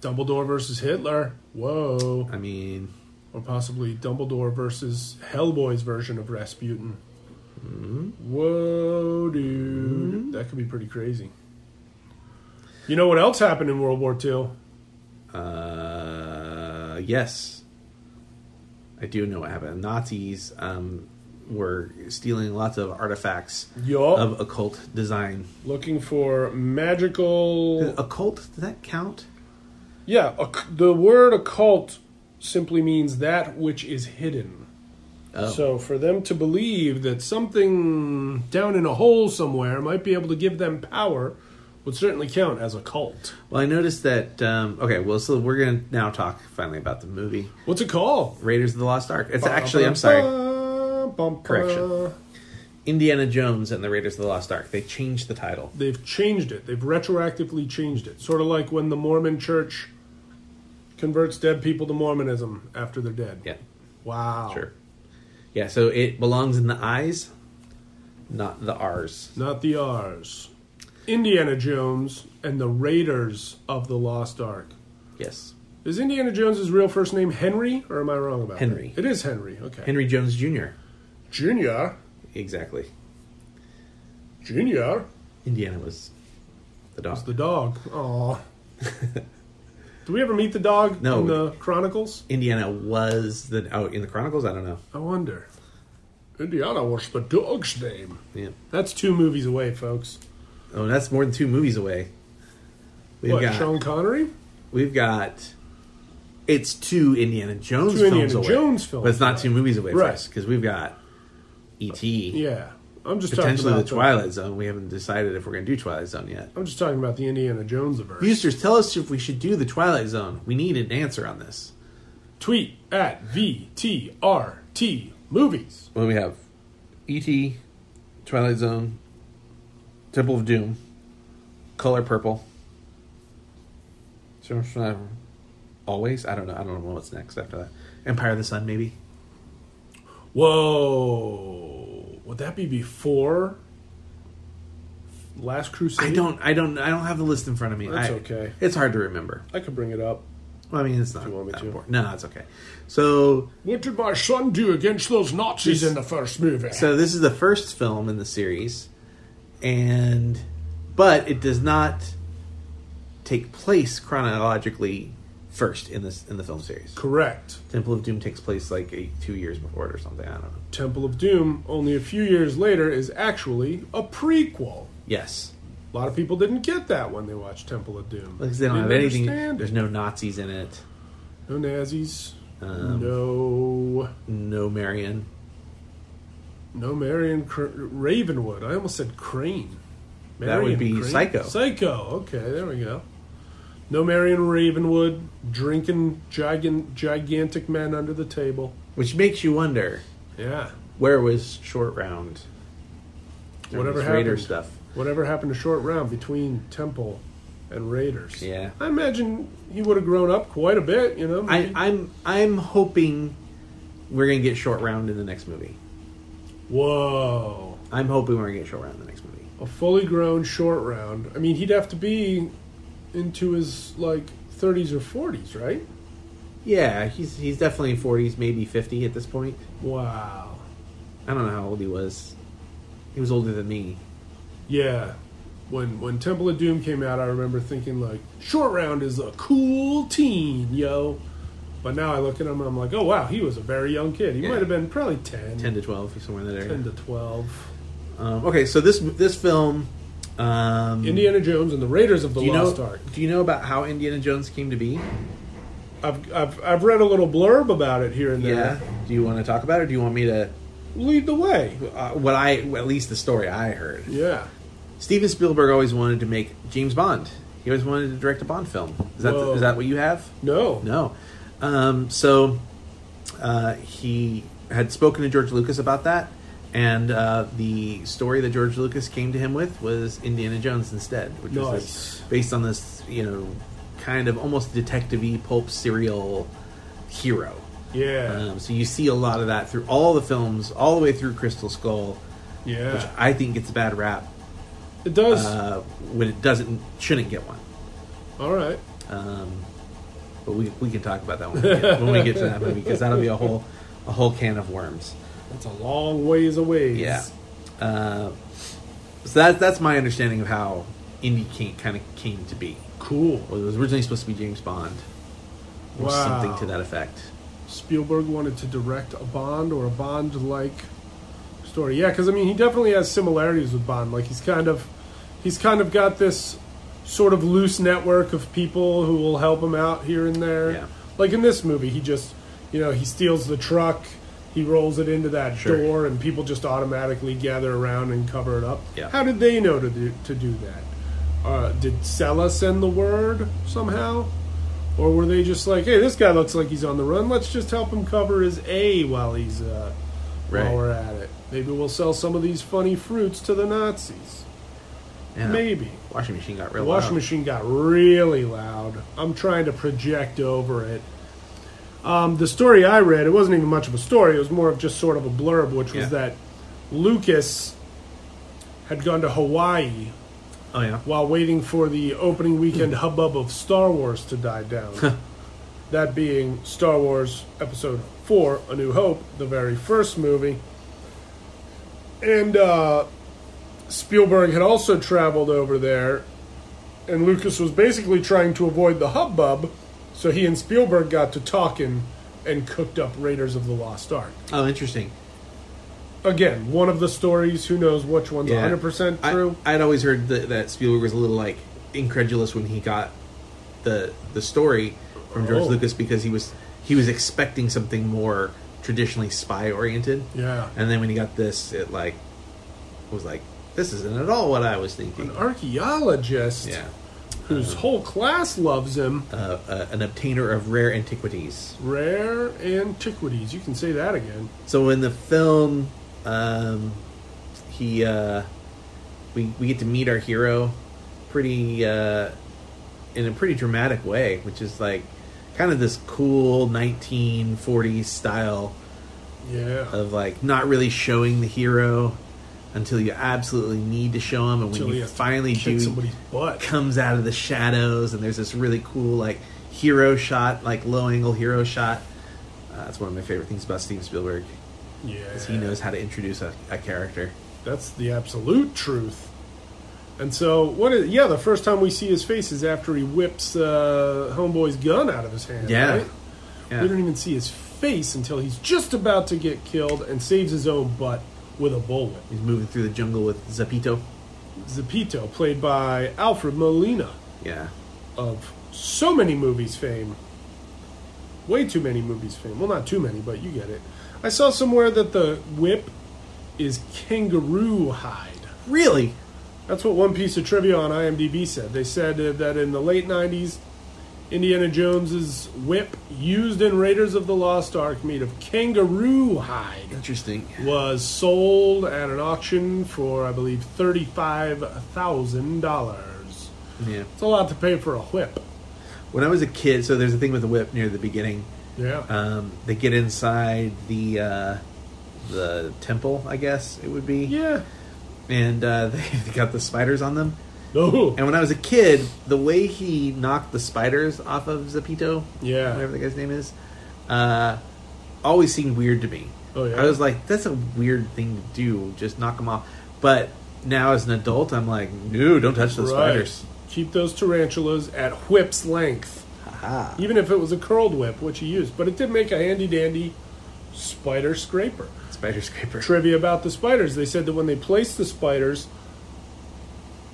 S4: Dumbledore versus Hitler. Whoa.
S3: I mean,
S4: Or possibly Dumbledore versus Hellboy's version of Rasputin.
S3: Mm-hmm.
S4: Whoa, dude. That could be pretty crazy. You know what else happened in World War II?
S3: uh, yes, I do know what happened. Nazis um, were stealing lots of artifacts
S4: Yup.
S3: of occult design.
S4: Looking for magical.
S3: Occult? Does that count?
S4: Yeah, occ- the word occult simply means that which is hidden.
S3: Oh.
S4: So for them to believe that something down in a hole somewhere might be able to give them power would certainly count as occult.
S3: Well, I noticed that. Um, okay, well, so we're going to now talk finally about the movie
S4: What's it called?
S3: Raiders of the Lost Ark. It's actually, I'm sorry.
S4: Bum, bum, bum,
S3: Correction. Indiana Jones and the Raiders of the Lost Ark. They changed the title.
S4: They've changed it. They've retroactively changed it. Sort of like when the Mormon church converts dead people to Mormonism after they're dead.
S3: Yeah,
S4: Wow.
S3: sure. Yeah, so it belongs in the I's, not the R's.
S4: Not the R's. Indiana Jones and the Raiders of the Lost Ark.
S3: Yes.
S4: Is Indiana Jones' real first name Henry, or am I wrong about
S3: Henry.
S4: that? It is Henry. Okay.
S3: Henry Jones Jr.
S4: Junior.
S3: Exactly.
S4: Junior.
S3: Indiana was the dog.
S4: It's the dog. Aw. Do we ever meet the dog
S3: No.
S4: in the Chronicles?
S3: Indiana was the oh in the Chronicles. I don't know.
S4: I wonder. Indiana was the dog's name.
S3: Yeah.
S4: That's two movies away, folks.
S3: Oh, that's more than two movies away. We've
S4: what,
S3: got
S4: Sean Connery?
S3: we've got it's two Indiana Jones
S4: Two
S3: films
S4: Indiana
S3: away.
S4: Jones films
S3: but it's not
S4: away.
S3: two movies away,
S4: Right.
S3: right? Because we've got E.T.
S4: Yeah. I'm just
S3: potentially the
S4: talking about
S3: Twilight Zone. We haven't decided if we're going to do Twilight Zone yet.
S4: I'm just talking about the Indiana Jones verse.
S3: Boosters, tell us if we should do the Twilight Zone. We need an answer on this.
S4: Tweet at VTRT movies.
S3: Well, we have E.T., Twilight Zone, Temple of Doom, Color Purple, Search for- Always? I don't know. I don't know what's next after that. Empire of the Sun, maybe?
S4: Whoa. Would that be before Last Crusade?
S3: I don't. I don't. I don't have the list in front of me.
S4: That's
S3: I-
S4: okay.
S3: It's hard to remember.
S4: I could bring it up.
S3: Well, I mean, it's not
S4: you want me
S3: that
S4: to?
S3: important. No, it's okay. So,
S4: What did my son do against those Nazis
S3: This-
S4: in the first movie?
S3: so this is the first film in the series, and but it does not take place chronologically first in this in the film series.
S4: Correct.
S3: Temple of Doom takes place like eight, two years before it or something. I don't know.
S4: Temple of Doom, only a few years later, is actually a prequel.
S3: Yes,
S4: A lot of people didn't get that when they watched Temple of Doom.
S3: because they don't have
S4: Didn't
S3: anything.
S4: understand
S3: There's
S4: it.
S3: no Nazis in it.
S4: no Nazis.
S3: Um,
S4: no,
S3: No Marion.
S4: no Marion Cr- Ravenwood. I almost said Crane.
S3: That would be Psycho.
S4: Psycho. Okay, there we go. No Marion Ravenwood drinking gigan- gigantic men under the table.
S3: Which makes you wonder
S4: Yeah.
S3: where was Short Round? during
S4: Whatever
S3: this Raider
S4: happened.
S3: stuff.
S4: Whatever happened to short round between Temple and Raiders?
S3: Yeah.
S4: I imagine he would have grown up quite a bit. You know,
S3: I,
S4: maybe.
S3: I'm I'm hoping we're gonna get short round in the next movie.
S4: whoa,
S3: I'm hoping we're gonna get short round in the next movie.
S4: a fully grown short round. I mean, he'd have to be into his like 30s or 40s, right?
S3: Yeah, he's he's definitely forties, maybe fifty at this point.
S4: Wow.
S3: I don't know how old he was. He was older than me.
S4: Yeah. When when Temple of Doom came out, I remember thinking like, short round is a cool teen, yo. But now I look at him and I'm like, oh wow, he was a very young kid. He
S3: Yeah.
S4: might have been probably 10,
S3: Ten to twelve, he's somewhere in that
S4: 10
S3: area.
S4: to 12.
S3: Um, okay, so this this film. Um,
S4: Indiana Jones and the Raiders of the
S3: do you
S4: Lost
S3: know,
S4: Ark.
S3: Do you know about how Indiana Jones came to be?
S4: I've, I've, I've read a little blurb about it here and
S3: Yeah.
S4: there.
S3: Do you want to talk about it? Or do you want me to?
S4: Lead the way.
S3: Uh, what I at least the story I heard.
S4: Yeah.
S3: Steven Spielberg always wanted to make James Bond. He always wanted to direct a Bond film. Is that
S4: Whoa.
S3: is that what you have?
S4: No.
S3: No. Um, so uh, he had spoken to George Lucas about that, and uh, the story that George Lucas came to him with was Indiana Jones instead, which was
S4: Nice.
S3: this, based on this you know kind of almost detective-y pulp serial hero.
S4: Yeah.
S3: Um, so you see a lot of that through all the films, all the way through Crystal Skull, which
S4: yeah.
S3: I think gets a bad rap
S4: It does.
S3: uh, when it doesn't shouldn't get one.
S4: All right.
S3: Um, but we, we can talk about that when we get, when we get to that movie because that'll be a whole a whole can of worms.
S4: That's a long ways away.
S3: Yeah. Uh, so that that's my understanding of how indie came, kind of came to be.
S4: Cool.
S3: Well, it was originally supposed to be James Bond or
S4: Wow.
S3: something to that effect.
S4: Spielberg wanted to direct a Bond or a Bond like story. Yeah, because I mean, he definitely has similarities with Bond. Like he's kind of, he's kind of got this sort of loose network of people who will help him out here and there.
S3: Yeah.
S4: Like in this movie, he just, you know, he steals the truck, he rolls it into that
S3: Sure.
S4: door, and people just automatically gather around and cover it up.
S3: Yeah.
S4: How did they know to do to do that? Uh, did Sella send the word somehow? Or were they just like, hey, this guy looks like he's on the run. Let's just help him cover his A while he's uh,
S3: Right.
S4: while we're at it. Maybe we'll sell some of these funny fruits to the Nazis.
S3: And the
S4: Maybe.
S3: washing machine got
S4: The
S3: real
S4: washing
S3: loud.
S4: machine got really loud. I'm trying to project over it. Um, the story I read, it wasn't even much of a story. It was more of just sort of a blurb, which was
S3: Yeah.
S4: that Lucas had gone to Hawaii
S3: Oh yeah.
S4: while waiting for the opening
S3: Hmm.
S4: weekend hubbub of Star Wars to die down. that being Star Wars Episode 4, A New Hope, the very first movie. And uh, Spielberg had also traveled over there, and Lucas was basically trying to avoid the hubbub, so he and Spielberg got to talking and cooked up Raiders of the Lost Ark.
S3: Oh, interesting.
S4: Again, one of the stories, who knows which one's
S3: Yeah.
S4: 100%
S3: I-
S4: true.
S3: I'd always heard that, that Spielberg was a little like incredulous when he got the the story from George
S4: Oh.
S3: Lucas because he was he was expecting something more traditionally spy oriented,
S4: yeah.
S3: and then when he got this, it like was like this isn't at all what I was thinking.
S4: An archaeologist.
S3: yeah,
S4: whose whole class loves him.
S3: uh, uh, an obtainer of rare antiquities.
S4: Rare antiquities. You can say that again.
S3: So in the film, um, he uh, we we get to meet our hero pretty uh, in a pretty dramatic way, which is like kind of this cool 1940s style
S4: Yeah.
S3: of like not really showing the hero until you absolutely need to show him, and when
S4: Until he
S3: you
S4: has to
S3: finally
S4: Kick
S3: do,
S4: somebody's butt.
S3: comes out of the shadows, and there's this really cool like hero shot, like low angle hero shot. Uh, that's one of my favorite things about Steven Spielberg.
S4: Yeah.
S3: 'cause he knows how to introduce a, a character.
S4: That's the absolute truth. And so, what is? Yeah, the first time we see his face is after he whips uh, Homeboy's gun out of his hand.
S3: Yeah.
S4: right?
S3: Yeah.
S4: We don't even see his face until he's just about to get killed and saves his own butt with a bullet.
S3: He's moving through the jungle with Zapito.
S4: Zapito, played by Alfred Molina.
S3: Yeah,
S4: of so many movies fame. Way too many movies fame. Well, not too many, but you get it. I saw somewhere that the whip is kangaroo hide.
S3: really?
S4: That's what one piece of trivia on IMDb said. They said uh, that in the late 90s, Indiana Jones's whip used in Raiders of the Lost Ark made of kangaroo hide
S3: Interesting.
S4: was sold at an auction for, I believe, $35,000.
S3: Yeah.
S4: It's a lot to pay for a whip.
S3: When I was a kid, so there's a thing with the whip near the beginning.
S4: Yeah.
S3: Um, they get inside the uh, the temple, I guess it would be.
S4: Yeah.
S3: And uh, they got the spiders on them.
S4: No.
S3: And when I was a kid, the way he knocked the spiders off of Zapito,
S4: Yeah.
S3: whatever the guy's name is, uh, always seemed weird to me.
S4: Oh, yeah?
S3: I was like, that's a weird thing to do, just knock them off. But now as an adult, I'm like, no, don't touch those spiders.
S4: Keep those tarantulas at whip's length,
S3: Aha.
S4: even if it was a curled whip, which he used. But it did make a handy dandy spider scraper.
S3: Spider scraper.
S4: Trivia about the spiders. They said that when they placed the spiders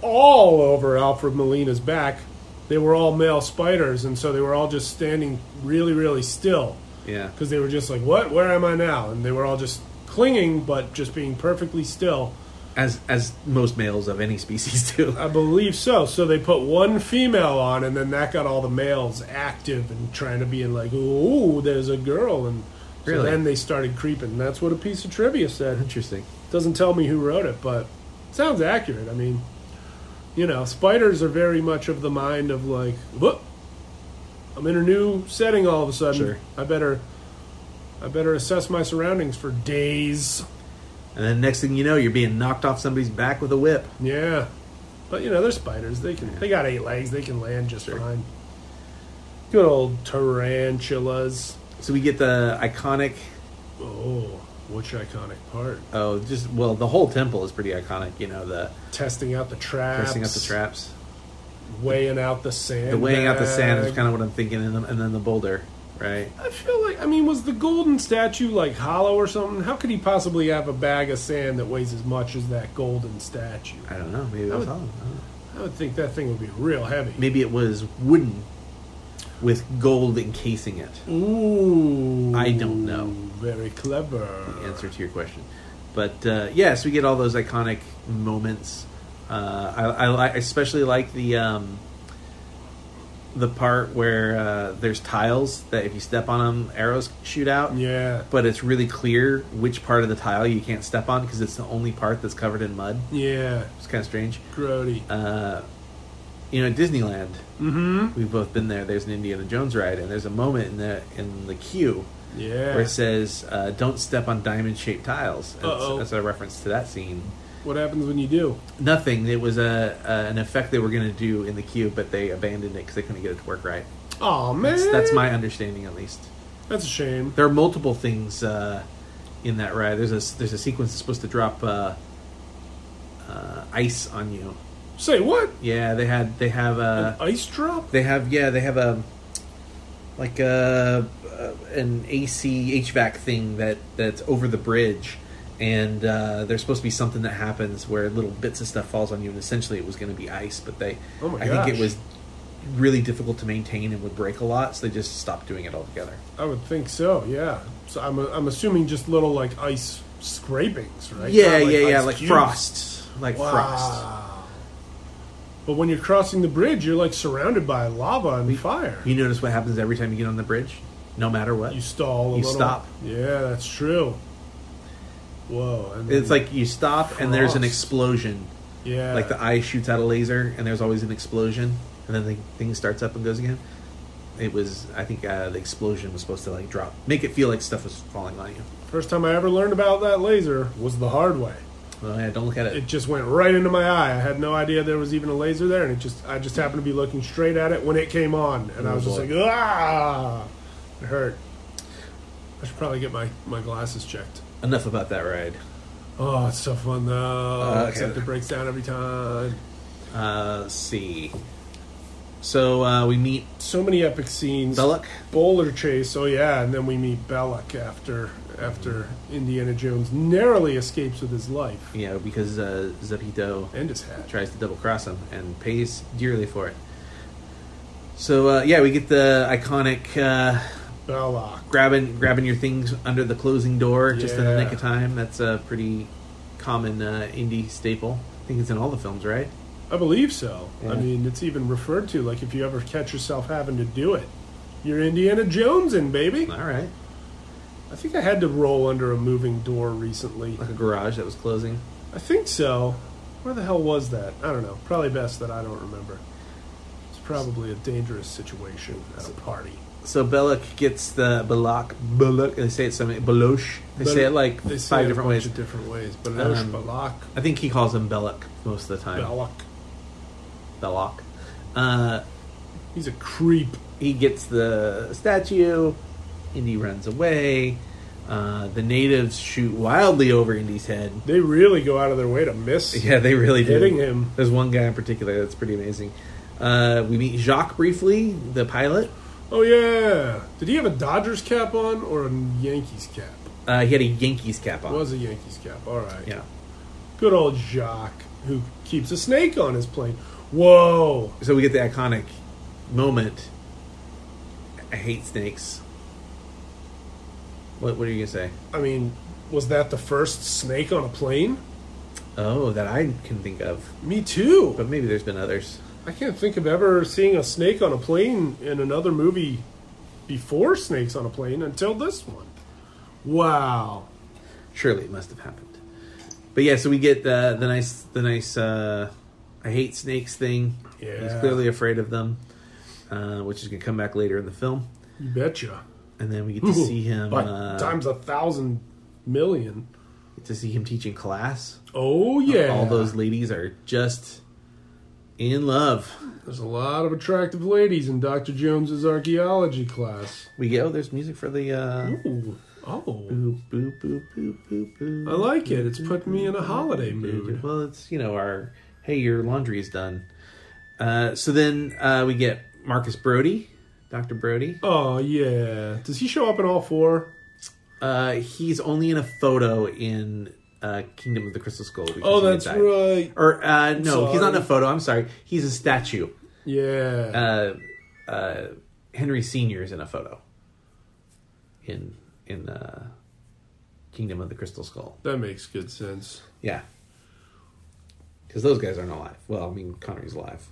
S4: all over Alfred Molina's back, they were all male spiders, and so they were all just standing really, really still.
S3: Yeah.
S4: because they were just like, "What? Where am I now?" And they were all just clinging, but just being perfectly still.
S3: As as most males of any species do.
S4: I believe so. So they put one female on, and then that got all the males active and trying to be in like, "Ooh, there's a girl," and so
S3: Really?
S4: then they started creeping. That's what a piece of trivia said.
S3: Interesting.
S4: Doesn't tell me who wrote it, but it sounds accurate. I mean, you know, spiders are very much of the mind of like, "Whoop, I'm in a new setting all of a sudden.
S3: Sure.
S4: I better." I better assess my surroundings for days.
S3: And then next thing you know, you're being knocked off somebody's back with a whip.
S4: Yeah, but you know they're spiders. They can. They got eight legs. They can land just fine. Good old tarantulas.
S3: So we get the iconic.
S4: Oh, which iconic part?
S3: Oh, just well, the whole temple is pretty iconic. You know the
S4: Testing out the traps.
S3: pressing up the traps.
S4: Weighing out the sand.
S3: The weighing out the sand is kind of what I'm thinking, and, then- and then the boulder, right?
S4: I feel like. I mean, was the golden statue like hollow or something? How could he possibly have a bag of sand that weighs as much as that golden statue?
S3: I don't know. Maybe it was
S4: would-
S3: hollow. I don't know.
S4: I would think that thing would be real heavy.
S3: Maybe it was wooden with gold encasing it.
S4: Ooh.
S3: I don't know.
S4: Very clever.
S3: Answer to your question, but uh, yes, we get all those iconic moments. Uh, I, I, li- I especially like the um, the part where uh, there's tiles that if you step on them, arrows shoot out.
S4: Yeah.
S3: But it's really clear which part of the tile you can't step on because it's the only part that's covered in mud.
S4: Yeah.
S3: It's kind of strange.
S4: Grody.
S3: Uh, you know, at Disneyland,
S4: mm-hmm.
S3: we've both been there. There's an Indiana Jones ride, and there's a moment in the in the queue where
S4: Yeah.
S3: it says, uh, "Don't step on diamond-shaped tiles." That's,
S4: Uh-oh.
S3: that's a reference to that scene.
S4: What happens when you do?
S3: Nothing. It was a, a an effect they were going to do in the queue, but they abandoned it because they couldn't get it to work right.
S4: Oh man.
S3: That's, that's my understanding, at least.
S4: That's a shame.
S3: There are multiple things uh, in that ride. There's a there's a sequence that's supposed to drop uh, uh, ice on you.
S4: Say what?
S3: Yeah, they had they have uh,
S4: An
S3: a
S4: ice drop?
S3: they have yeah they have a like a uh, an AC HVAC thing that that's over the bridge. And uh, there's supposed to be something that happens where little bits of stuff falls on you, and essentially it was going to be ice, but they,
S4: Oh my
S3: I think
S4: gosh.
S3: it was really difficult to maintain and would break a lot, so they just stopped doing it altogether.
S4: I would think so. Yeah. So I'm uh, I'm assuming just little like ice scrapings, right?
S3: Yeah,
S4: Not
S3: yeah, yeah,
S4: ice
S3: like
S4: cubes.
S3: frost, like
S4: Wow.
S3: frost.
S4: But when you're crossing the bridge, you're like surrounded by lava and fire.
S3: You notice what happens every time you get on the bridge, no matter what.
S4: You stall. A
S3: You
S4: little.
S3: stop.
S4: Yeah, that's true. Whoa! And
S3: It's
S4: then-
S3: like you stop and there's an
S4: Frost.
S3: explosion.
S4: yeah,
S3: Like the eye shoots out a laser, and there's always an explosion, and then the thing starts up and goes again. It was, I think, uh, the explosion was supposed to like drop, make it feel like stuff was falling on you.
S4: first time I ever learned about that laser was the hard way.
S3: Well, yeah, don't look at it.
S4: It just went right into my eye. I had no idea there was even a laser there, and it just I just happened to be looking straight at it when it came on, and I
S3: Oh,
S4: was just
S3: boy.
S4: like, ah, it hurt. I should probably get my my glasses checked.
S3: Enough about that ride.
S4: Oh, it's so fun though.
S3: Uh, okay.
S4: Except it breaks down every time.
S3: Uh, let's see. So uh, we meet
S4: So many epic scenes.
S3: Belloc.
S4: Bowler chase. Oh yeah, and then we meet Belloc after after Indiana Jones narrowly escapes with his life
S3: you know, because uh, Zepito
S4: and his hat.
S3: tries to double cross him and pays dearly for it. So uh, yeah, we get the iconic uh,
S4: Belloc.
S3: grabbing grabbing your things under the closing door just in the
S4: Yeah.
S3: nick of time. That's a pretty common uh, indie staple. I think it's in all the films, right?
S4: I believe so. I
S3: Yeah.
S4: mean, it's even referred to like if you ever catch yourself having to do it, you're Indiana Jones in baby.
S3: All right,
S4: I think I had to roll under a moving door recently.
S3: like a garage that was closing.
S4: I think so. Where the hell was that? I don't know. Probably best that I don't remember. It's probably a dangerous situation at a party.
S3: So Belloc gets the Belloc Belloc. They say it so many Beloche. They
S4: But
S3: say it like
S4: they
S3: five
S4: say it a
S3: different
S4: bunch
S3: ways.
S4: of different ways. Balosh,
S3: Um,
S4: Balak,
S3: I think he calls him Belloc most of the time.
S4: Balak.
S3: Belloc. Uh,
S4: He's a creep.
S3: he gets the statue. Indy runs away. Uh, the natives shoot wildly over Indy's head.
S4: They really go out of their way to miss.
S3: Yeah, they really do.
S4: Hitting him.
S3: There's one guy in particular that's pretty amazing. Uh, we meet Jacques briefly, the pilot.
S4: Oh yeah. Did he have a Dodgers cap on or a Yankees cap?
S3: Uh, he had a Yankees cap on.
S4: Was a Yankees cap. All right.
S3: yeah.
S4: Good old Jacques, who keeps a snake on his plane. Whoa.
S3: So we get the iconic moment. I hate snakes. What What are you gonna say?
S4: I mean, was that the first snake on a plane?
S3: Oh, that I can think of,
S4: Me too.
S3: but maybe there's been others.
S4: I can't think of ever seeing a snake on a plane in another movie before Snakes on a Plane until this one. Wow.
S3: Surely it must have happened. But yeah, so we get the the nice the nice uh, I hate snakes thing. he's
S4: Yeah.
S3: clearly afraid of them, uh, which is gonna come back later in the film.
S4: You betcha.
S3: and then we get to see him
S4: Like,
S3: uh,
S4: times a thousand million.
S3: get to see him teaching class.
S4: Oh, yeah.
S3: All those ladies are just in love.
S4: There's a lot of attractive ladies in Dr. Jones's archaeology class.
S3: We go. There's music for the uh,
S4: Ooh. Oh.
S3: boo boo boo boo boo boo.
S4: I like it. It's put me in a holiday mood.
S3: Well, it's you know our hey your laundry is done. Uh, so then uh, we get Marcus Brody, Doctor Brody.
S4: Oh, yeah. Does he show up in all four?
S3: Uh, he's only in a photo in uh, Kingdom of the Crystal Skull. because
S4: Oh,
S3: he
S4: that's
S3: died.
S4: right.
S3: Or uh, no, he's not in
S4: sorry.
S3: a photo. I'm sorry. He's a statue.
S4: Yeah.
S3: uh, uh, Henry Senior is in a photo. In in uh, Kingdom of the Crystal Skull,
S4: that makes good sense.
S3: yeah. Because those guys aren't alive. Well, I mean Connery's alive,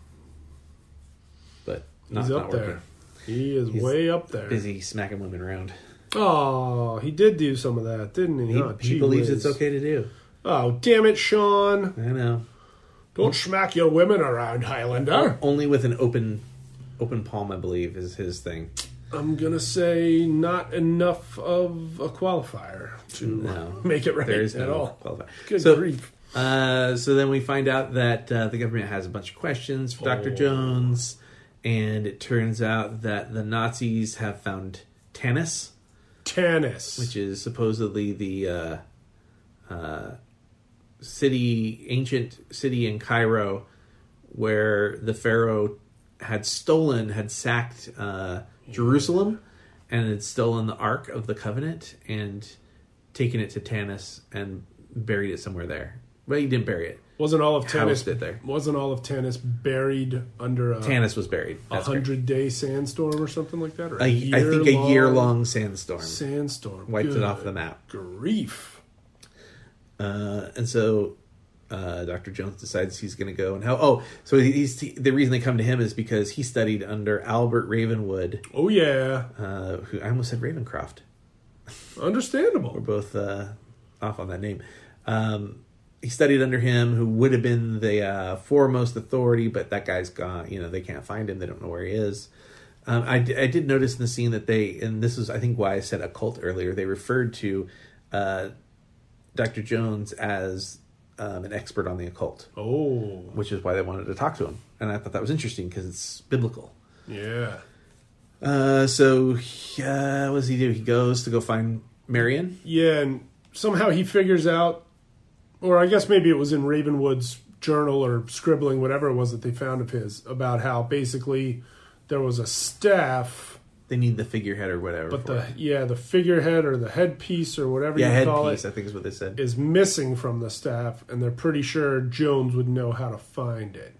S3: but Not,
S4: He's
S3: not
S4: up there.
S3: working.
S4: He is
S3: He's
S4: way up there.
S3: Busy smacking women around.
S4: Oh, he did do some of that, didn't he?
S3: He,
S4: Oh,
S3: he
S4: gee
S3: believes
S4: whiz.
S3: it's okay to do.
S4: Oh, damn it, Sean.
S3: I know.
S4: Don't smack your women around, Highlander.
S3: Only with an open open palm, I believe, is his thing.
S4: I'm going to say not enough of a qualifier to
S3: No.
S4: make it right
S3: There is
S4: at
S3: no
S4: all.
S3: qualifier.
S4: Good
S3: so,
S4: grief.
S3: Uh, so then we find out that uh, the government has a bunch of questions for Dr. Jones, and it turns out that the Nazis have found Tanis,
S4: Tannis.
S3: which is supposedly the uh, uh, city, ancient city in Cairo, where the pharaoh had stolen, had sacked uh, Jerusalem, and had stolen the Ark of the Covenant and taken it to Tanis and buried it somewhere there. Well, he didn't bury it.
S4: wasn't all of Tannis
S3: housed it there.
S4: Wasn't all of Tannis buried under a
S3: Tanis was buried. That's correct.
S4: hundred day sandstorm or something like that? Or
S3: A, I think a year long sandstorm
S4: sandstorm
S3: wiped it
S4: Good
S3: off the map.
S4: Grief.
S3: Uh, and so uh, Dr. Jones decides he's going to go and help. Oh, so he- he's the reason they come to him is because he studied under Albert Ravenwood,
S4: Oh yeah,
S3: uh, who I almost said Ravencroft.
S4: understandable.
S3: We're both uh, off on that name. Um, he studied under him, who would have been the uh, foremost authority, but that guy's gone. You know, they can't find him. They don't know where he is. Um, I, d- I did notice in the scene that they, and this is, I think, why I said occult earlier. They referred to uh, Dr. Jones as um, an expert on the occult,
S4: Oh
S3: which is why they wanted to talk to him. And I thought that was interesting because it's biblical.
S4: yeah.
S3: Uh, so, he, uh, what does he do? He goes to go find Marion.
S4: Yeah, and somehow he figures out, or I guess maybe it was in Ravenwood's journal or scribbling, whatever it was that they found of his, about how basically there was a staff,
S3: They need the figurehead or whatever.
S4: but
S3: for
S4: the
S3: it.
S4: yeah the figurehead or the headpiece or whatever
S3: Yeah,
S4: you call
S3: headpiece,
S4: it
S3: I think is what they said.
S4: is missing from the staff, and they're pretty sure Jones would know how to find it,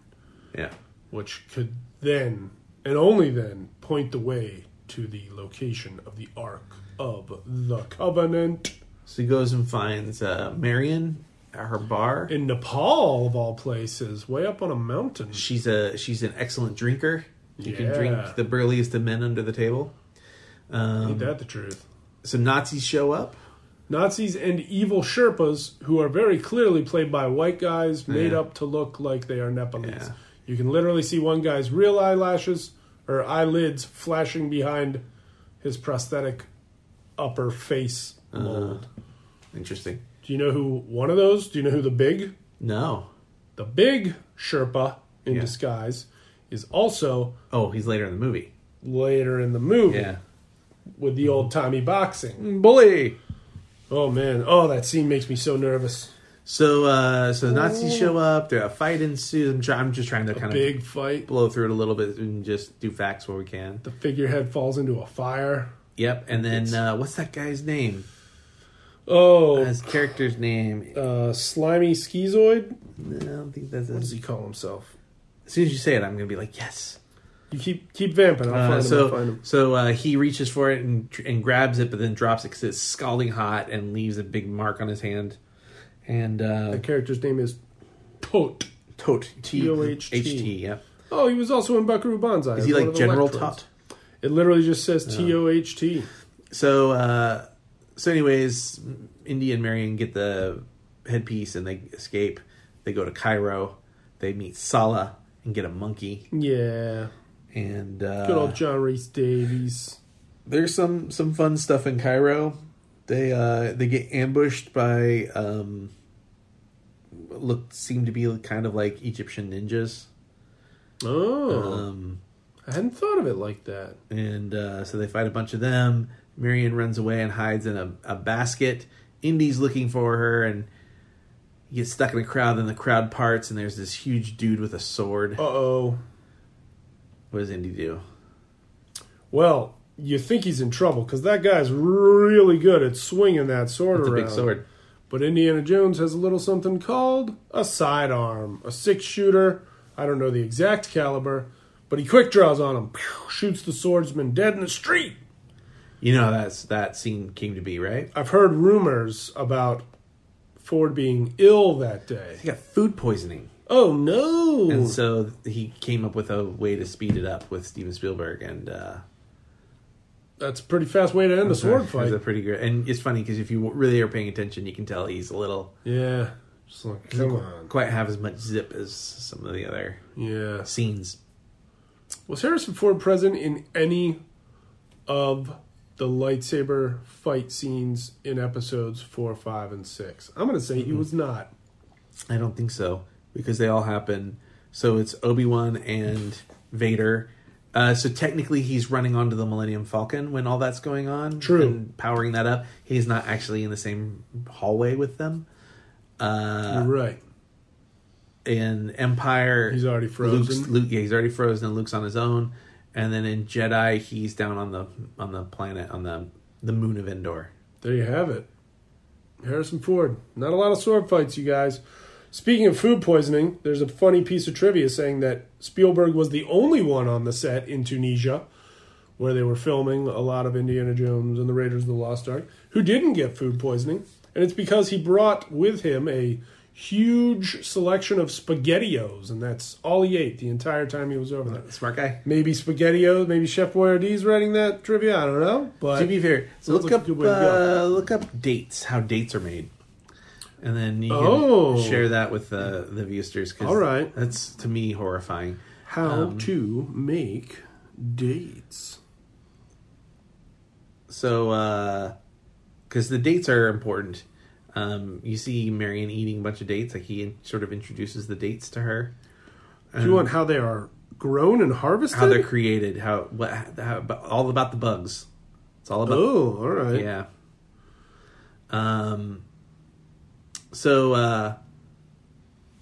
S3: yeah.
S4: which could then and only then point the way to the location of the Ark of the Covenant
S3: So he goes and finds uh, Marion at her bar.
S4: in Nepal, of all places, way up on a mountain.
S3: She's a she's an excellent drinker. You can
S4: Yeah.
S3: drink the burliest of men under the table.
S4: Ain't that the truth?
S3: So Nazis show up.
S4: Nazis and evil Sherpas, who are very clearly played by white guys, made up to look like they are Nepalese.
S3: Yeah.
S4: You can literally see one guy's real eyelashes or eyelids flashing behind his prosthetic upper face mold.
S3: Uh, Interesting.
S4: Do you know who one of those? Do you know who the big,
S3: No.
S4: the big Sherpa in
S3: Yeah.
S4: disguise is also
S3: Oh, he's later in the movie.
S4: later in the movie
S3: Yeah.
S4: with the old timey boxing.
S3: Mm, Bully.
S4: Oh man! Oh, that scene makes me so nervous.
S3: So uh, so the Nazis show up. There a fight ensues. I'm, try- I'm just trying to kind
S4: Big
S3: of
S4: fight.
S3: blow through it a little bit and just do facts where we can.
S4: The figurehead falls into a fire.
S3: Yep. And then uh, what's that guy's name?
S4: Oh,
S3: His character's name.
S4: uh, slimy schizoid.
S3: I don't think that's.
S4: What does
S3: As
S4: he call himself?
S3: soon as you say it, I'm gonna be like yes.
S4: You keep keep vamping. I'll
S3: Uh,
S4: find him. I'll find
S3: so
S4: him.
S3: so uh, he reaches for it and tr- and grabs it, but then drops it because it's scalding hot and leaves a big mark on his hand. And uh,
S4: The character's name is Tot.
S3: Tote T O H
S4: T-O-H-T.
S3: T. Yeah,
S4: Oh, he was also in Buckaroo Banzai.
S3: is he like General Tot?
S4: It literally just says T O H T.
S3: So uh, so anyways, Indy and Marion get the headpiece and they escape. They go to Cairo. They meet Sala and get a monkey.
S4: Yeah,
S3: And uh,
S4: good old John Reese Davies.
S3: there's some some fun stuff in Cairo. They uh they get ambushed by um what look seem to be kind of like Egyptian ninjas.
S4: Oh,
S3: Um
S4: I hadn't thought of it like that.
S3: and uh so they fight a bunch of them. Marion runs away and hides in a, a basket. Indy's looking for her and he gets stuck in a crowd, then the crowd parts and there's this huge dude with a sword.
S4: Uh oh.
S3: What does Indy do?
S4: Well, you think he's in trouble because that guy's really good at swinging that sword
S3: It's a
S4: around.
S3: big sword.
S4: But Indiana Jones has a little something called a sidearm, a six shooter. I don't know the exact caliber, but he quick draws on him, pew, shoots the swordsman dead in the street.
S3: You know how that's that scene came to be, right?
S4: I've heard rumors about Ford being ill that day.
S3: He got food poisoning.
S4: Oh no!
S3: And so he came up with a way to speed it up with Steven Spielberg, and uh,
S4: That's a pretty fast way to end a sword
S3: It was
S4: fight.
S3: a pretty great. And it's funny because if you really are paying attention, you can tell he's a little
S4: yeah. Just like, come on.
S3: quite have as much zip as some of the other
S4: Yeah.
S3: scenes.
S4: Was Harrison Ford present in any of the lightsaber fight scenes in episodes four, five, and six? I'm gonna say he was not.
S3: I don't think so because they all happen. So it's Obi Wan and Vader. Uh, so technically, he's running onto the Millennium Falcon when all that's going on.
S4: True.
S3: And powering that up, he's not actually in the same hallway with them.
S4: You're right.
S3: In Empire,
S4: He's already frozen.
S3: Luke's, Luke, yeah, he's already frozen. and Luke's on his own, and then in Jedi, he's down on the on the planet on the the moon of Endor.
S4: There you have it. Harrison Ford. Not a lot of sword fights, you guys. Speaking of food poisoning, there's a funny piece of trivia saying that Spielberg was the only one on the set in Tunisia, where they were filming a lot of Indiana Jones and the Raiders of the Lost Ark, who didn't get food poisoning. And it's because he brought with him a huge selection of SpaghettiOs, and that's all he ate the entire time he was over there.
S3: Smart guy.
S4: Maybe SpaghettiOs, maybe Chef Boyardee's writing that trivia, I don't know. But
S3: to be fair,
S4: Sounds
S3: look
S4: like a
S3: up
S4: good way to go.
S3: uh, look up dates, how dates are made, and then you can
S4: Oh.
S3: share that with the the viewsters. 'cause
S4: All right.
S3: that's to me horrifying.
S4: How
S3: Um,
S4: to make dates.
S3: So, because the dates are important. Um, you see Marion eating a bunch of dates, like he in- sort of introduces the dates to her,
S4: Do you want how they are grown and harvested?
S3: um, how they're created, how what, how, about- all about the bugs. It's all about
S4: oh, all right.
S3: Yeah. Um. So, uh,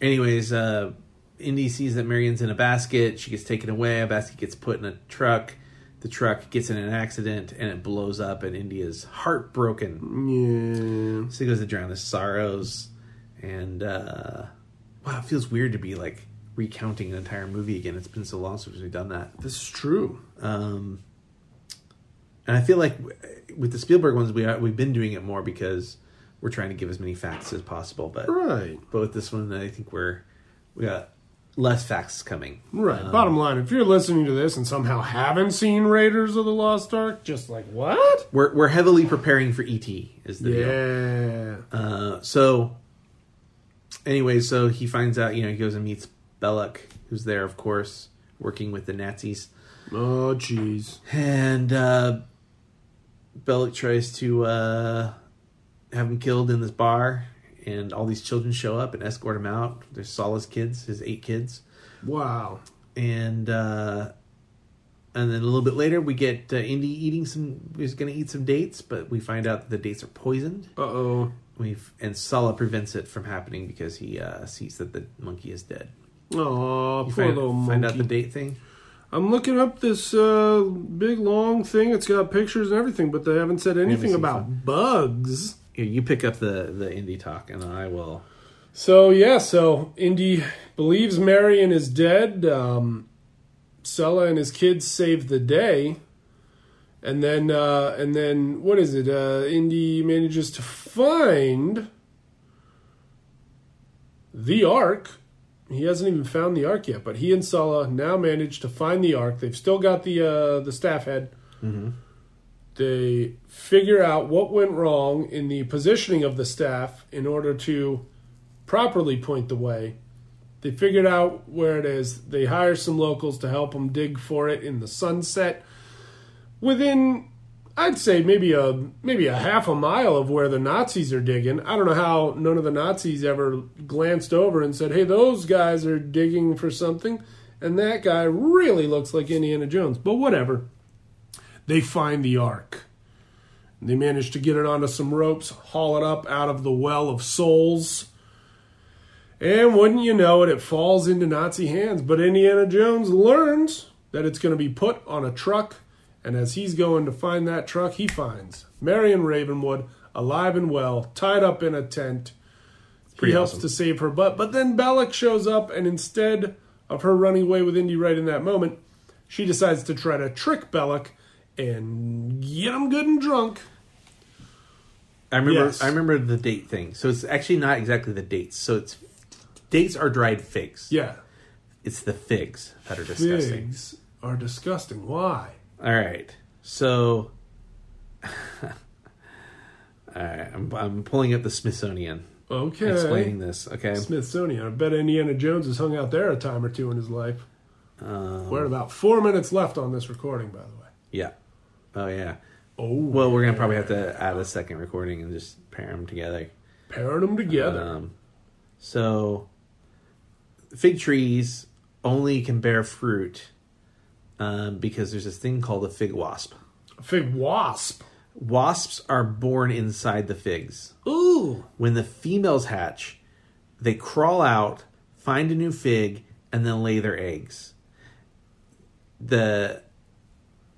S3: anyways, uh, Indy sees that Marion's in a basket. She gets taken away. A basket gets put in a truck. The truck gets in an accident and it blows up, and Indy is heartbroken.
S4: Yeah.
S3: So he goes to drown his sorrows, and uh, wow, it feels weird to be like recounting an entire movie again. It's been so long since we've done that.
S4: This is true.
S3: Um, and I feel like w- with the Spielberg ones, we are, we've been doing it more because we're trying to give as many facts as possible. But
S4: Right.
S3: but with this one, I think we're we got less facts coming.
S4: Right. Bottom line, if you're listening to this and somehow haven't seen Raiders of the Lost Ark, just like what?
S3: We're we're heavily preparing for ET. Is the deal?
S4: Yeah.
S3: Uh, so anyway, so he finds out. You know, he goes and meets Belloc, who's there, of course, working with the Nazis.
S4: Oh, jeez.
S3: and uh, Bellic tries to uh, have him killed in this bar, and all these children show up and escort him out. There's Sala's kids, his eight kids,
S4: Wow.
S3: and uh, and then a little bit later we get uh, Indy eating some. He's going to eat some dates, but we find out that the dates are poisoned.
S4: Uh oh.
S3: We've and Sala prevents it from happening because he uh, sees that the monkey is dead.
S4: Oh, poor
S3: You find,
S4: little
S3: find
S4: monkey.
S3: out the date thing.
S4: I'm looking up this uh, big long thing. It's got pictures and everything, but they haven't said anything
S3: seen
S4: about bugs.
S3: Here, you pick up the the Indy talk, and I will.
S4: So yeah, so Indy believes Marion is dead. Um, Sulla and his kids save the day, and then uh, and then what is it? Uh, Indy manages to find the Ark. He hasn't even found the Ark yet, but he and Sulla now manage to find the Ark. They've still got the uh, the staff head they figure out what went wrong in the positioning of the staff in order to properly point the way. They figured out where it is. They hire some locals to help them dig for it in the sunset. Within, I'd say maybe a maybe a half a mile of where the Nazis are digging. I don't know how none of the Nazis ever glanced over and said, "Hey, those guys are digging for something," and that guy really looks like Indiana Jones. But whatever they find the ark. They manage to get it onto some ropes, haul it up out of the well of souls. And wouldn't you know it, it falls into Nazi hands. But Indiana Jones learns that it's going to be put on a truck. And as he's going to find that truck, he finds Marion Ravenwood alive and well, tied up in a tent. He
S3: pretty
S4: helps
S3: awesome.
S4: to save her butt. But then Belloc shows up, and instead of her running away with Indy right in that moment, she decides to try to trick Belloc and get him good and drunk.
S3: I remember.
S4: Yes.
S3: I remember the date thing. So it's actually not exactly the dates. So it's dates are dried figs.
S4: Yeah.
S3: It's the figs that are disgusting.
S4: Figs are disgusting. Why?
S3: All right. So, all right. I'm, I'm pulling up the Smithsonian.
S4: Okay.
S3: Explaining this. Okay.
S4: Smithsonian. I bet Indiana Jones has hung out there a time or two in his life.
S3: Um,
S4: We're at about four minutes left on this recording, by the way.
S3: Yeah. Oh, yeah.
S4: Oh,
S3: Well, we're going to probably have to add a second recording and just pair them together.
S4: pairing them together.
S3: Um, so, fig trees only can bear fruit um, because there's this thing called a fig wasp.
S4: Fig wasp.
S3: Wasps are born inside the figs.
S4: Ooh.
S3: When the females hatch, they crawl out, find a new fig, and then lay their eggs. The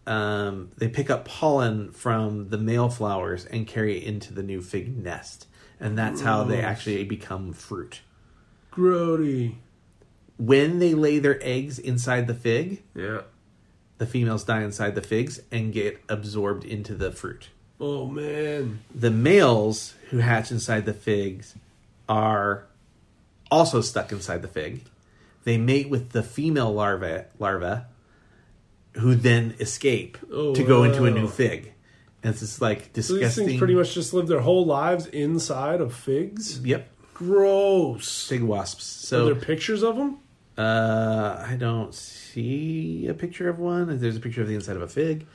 S3: um, they pick up pollen from the male flowers and carry it into the new fig nest, and that's how they actually become fruit.
S4: Grody.
S3: When they lay their eggs inside the fig,
S4: Yeah.
S3: the females die inside the figs and get absorbed into the fruit.
S4: Oh man.
S3: the males who hatch inside the figs are also stuck inside the fig. They mate with the female larvae, larva, who then escape
S4: Oh,
S3: to go into a
S4: wow.
S3: new fig. And it's just like
S4: So these
S3: disgusting.
S4: things pretty much just live their whole lives inside of figs.
S3: Yep,
S4: Gross.
S3: fig wasps.
S4: Are there
S3: So
S4: pictures of them?
S3: uh, I don't see a picture of one. There's a picture of the inside of a fig,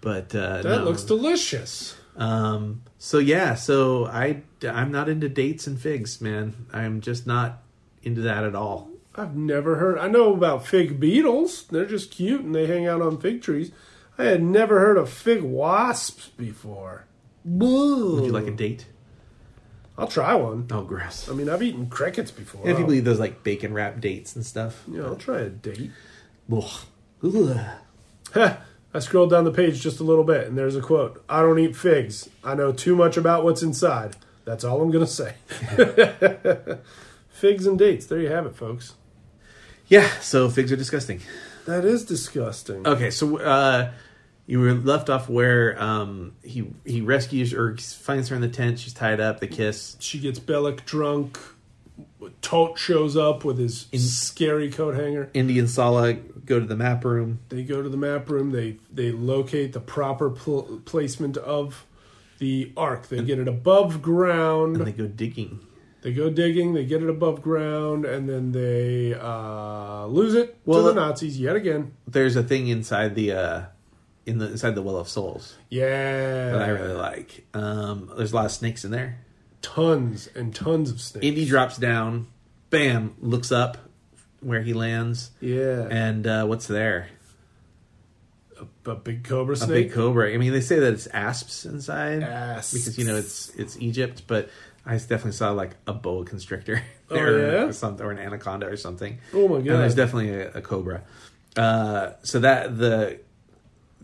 S3: but uh,
S4: That
S3: no.
S4: looks delicious.
S3: Um, so yeah, so I I'm not into dates and figs, man. I'm just not into that at all.
S4: I've never heard. I know about fig beetles. They're just cute and they hang out on fig trees. I had never heard of fig wasps before. Boo.
S3: Would you like a date?
S4: I'll try one.
S3: Oh, gross.
S4: I mean, I've eaten crickets before.
S3: If you believe those like bacon wrap dates and stuff.
S4: Yeah, I'll try a date.
S3: Ugh. Ugh.
S4: Heh. I scrolled down the page just a little bit, and there's a quote. I don't eat figs. I know too much about what's inside. That's all I'm gonna say. figs and dates. There you have it, folks.
S3: Yeah, so figs are disgusting.
S4: That is disgusting.
S3: Okay, so uh, you were left off where um, he he rescues or finds her in the tent. She's tied up. They kiss.
S4: she gets Bellic drunk. Tote shows up with his
S3: In-
S4: scary coat hanger.
S3: Indy and Sala go to the map room.
S4: They go to the map room. They they locate the proper pl- placement of the ark. They get it above ground.
S3: And they go digging.
S4: They go digging, they get it above ground, and then they uh, lose it
S3: Well,
S4: to the
S3: that-
S4: Nazis yet again.
S3: There's a thing inside the uh, in the inside the well of souls
S4: Yeah,
S3: that I really like. Um, there's a lot of snakes in there.
S4: tons and tons of snakes.
S3: Indy drops down. Bam! Looks up where he lands.
S4: yeah,
S3: And uh, what's there?
S4: a big cobra
S3: A
S4: snake.
S3: big cobra. I mean, they say that it's asps inside
S4: Asps.
S3: because you know it's it's Egypt, but I definitely saw like a boa constrictor
S4: Oh,
S3: there
S4: yeah?
S3: or something, or an anaconda or something.
S4: Oh, my
S3: And
S4: God.
S3: there's definitely a, a cobra. Uh, so that the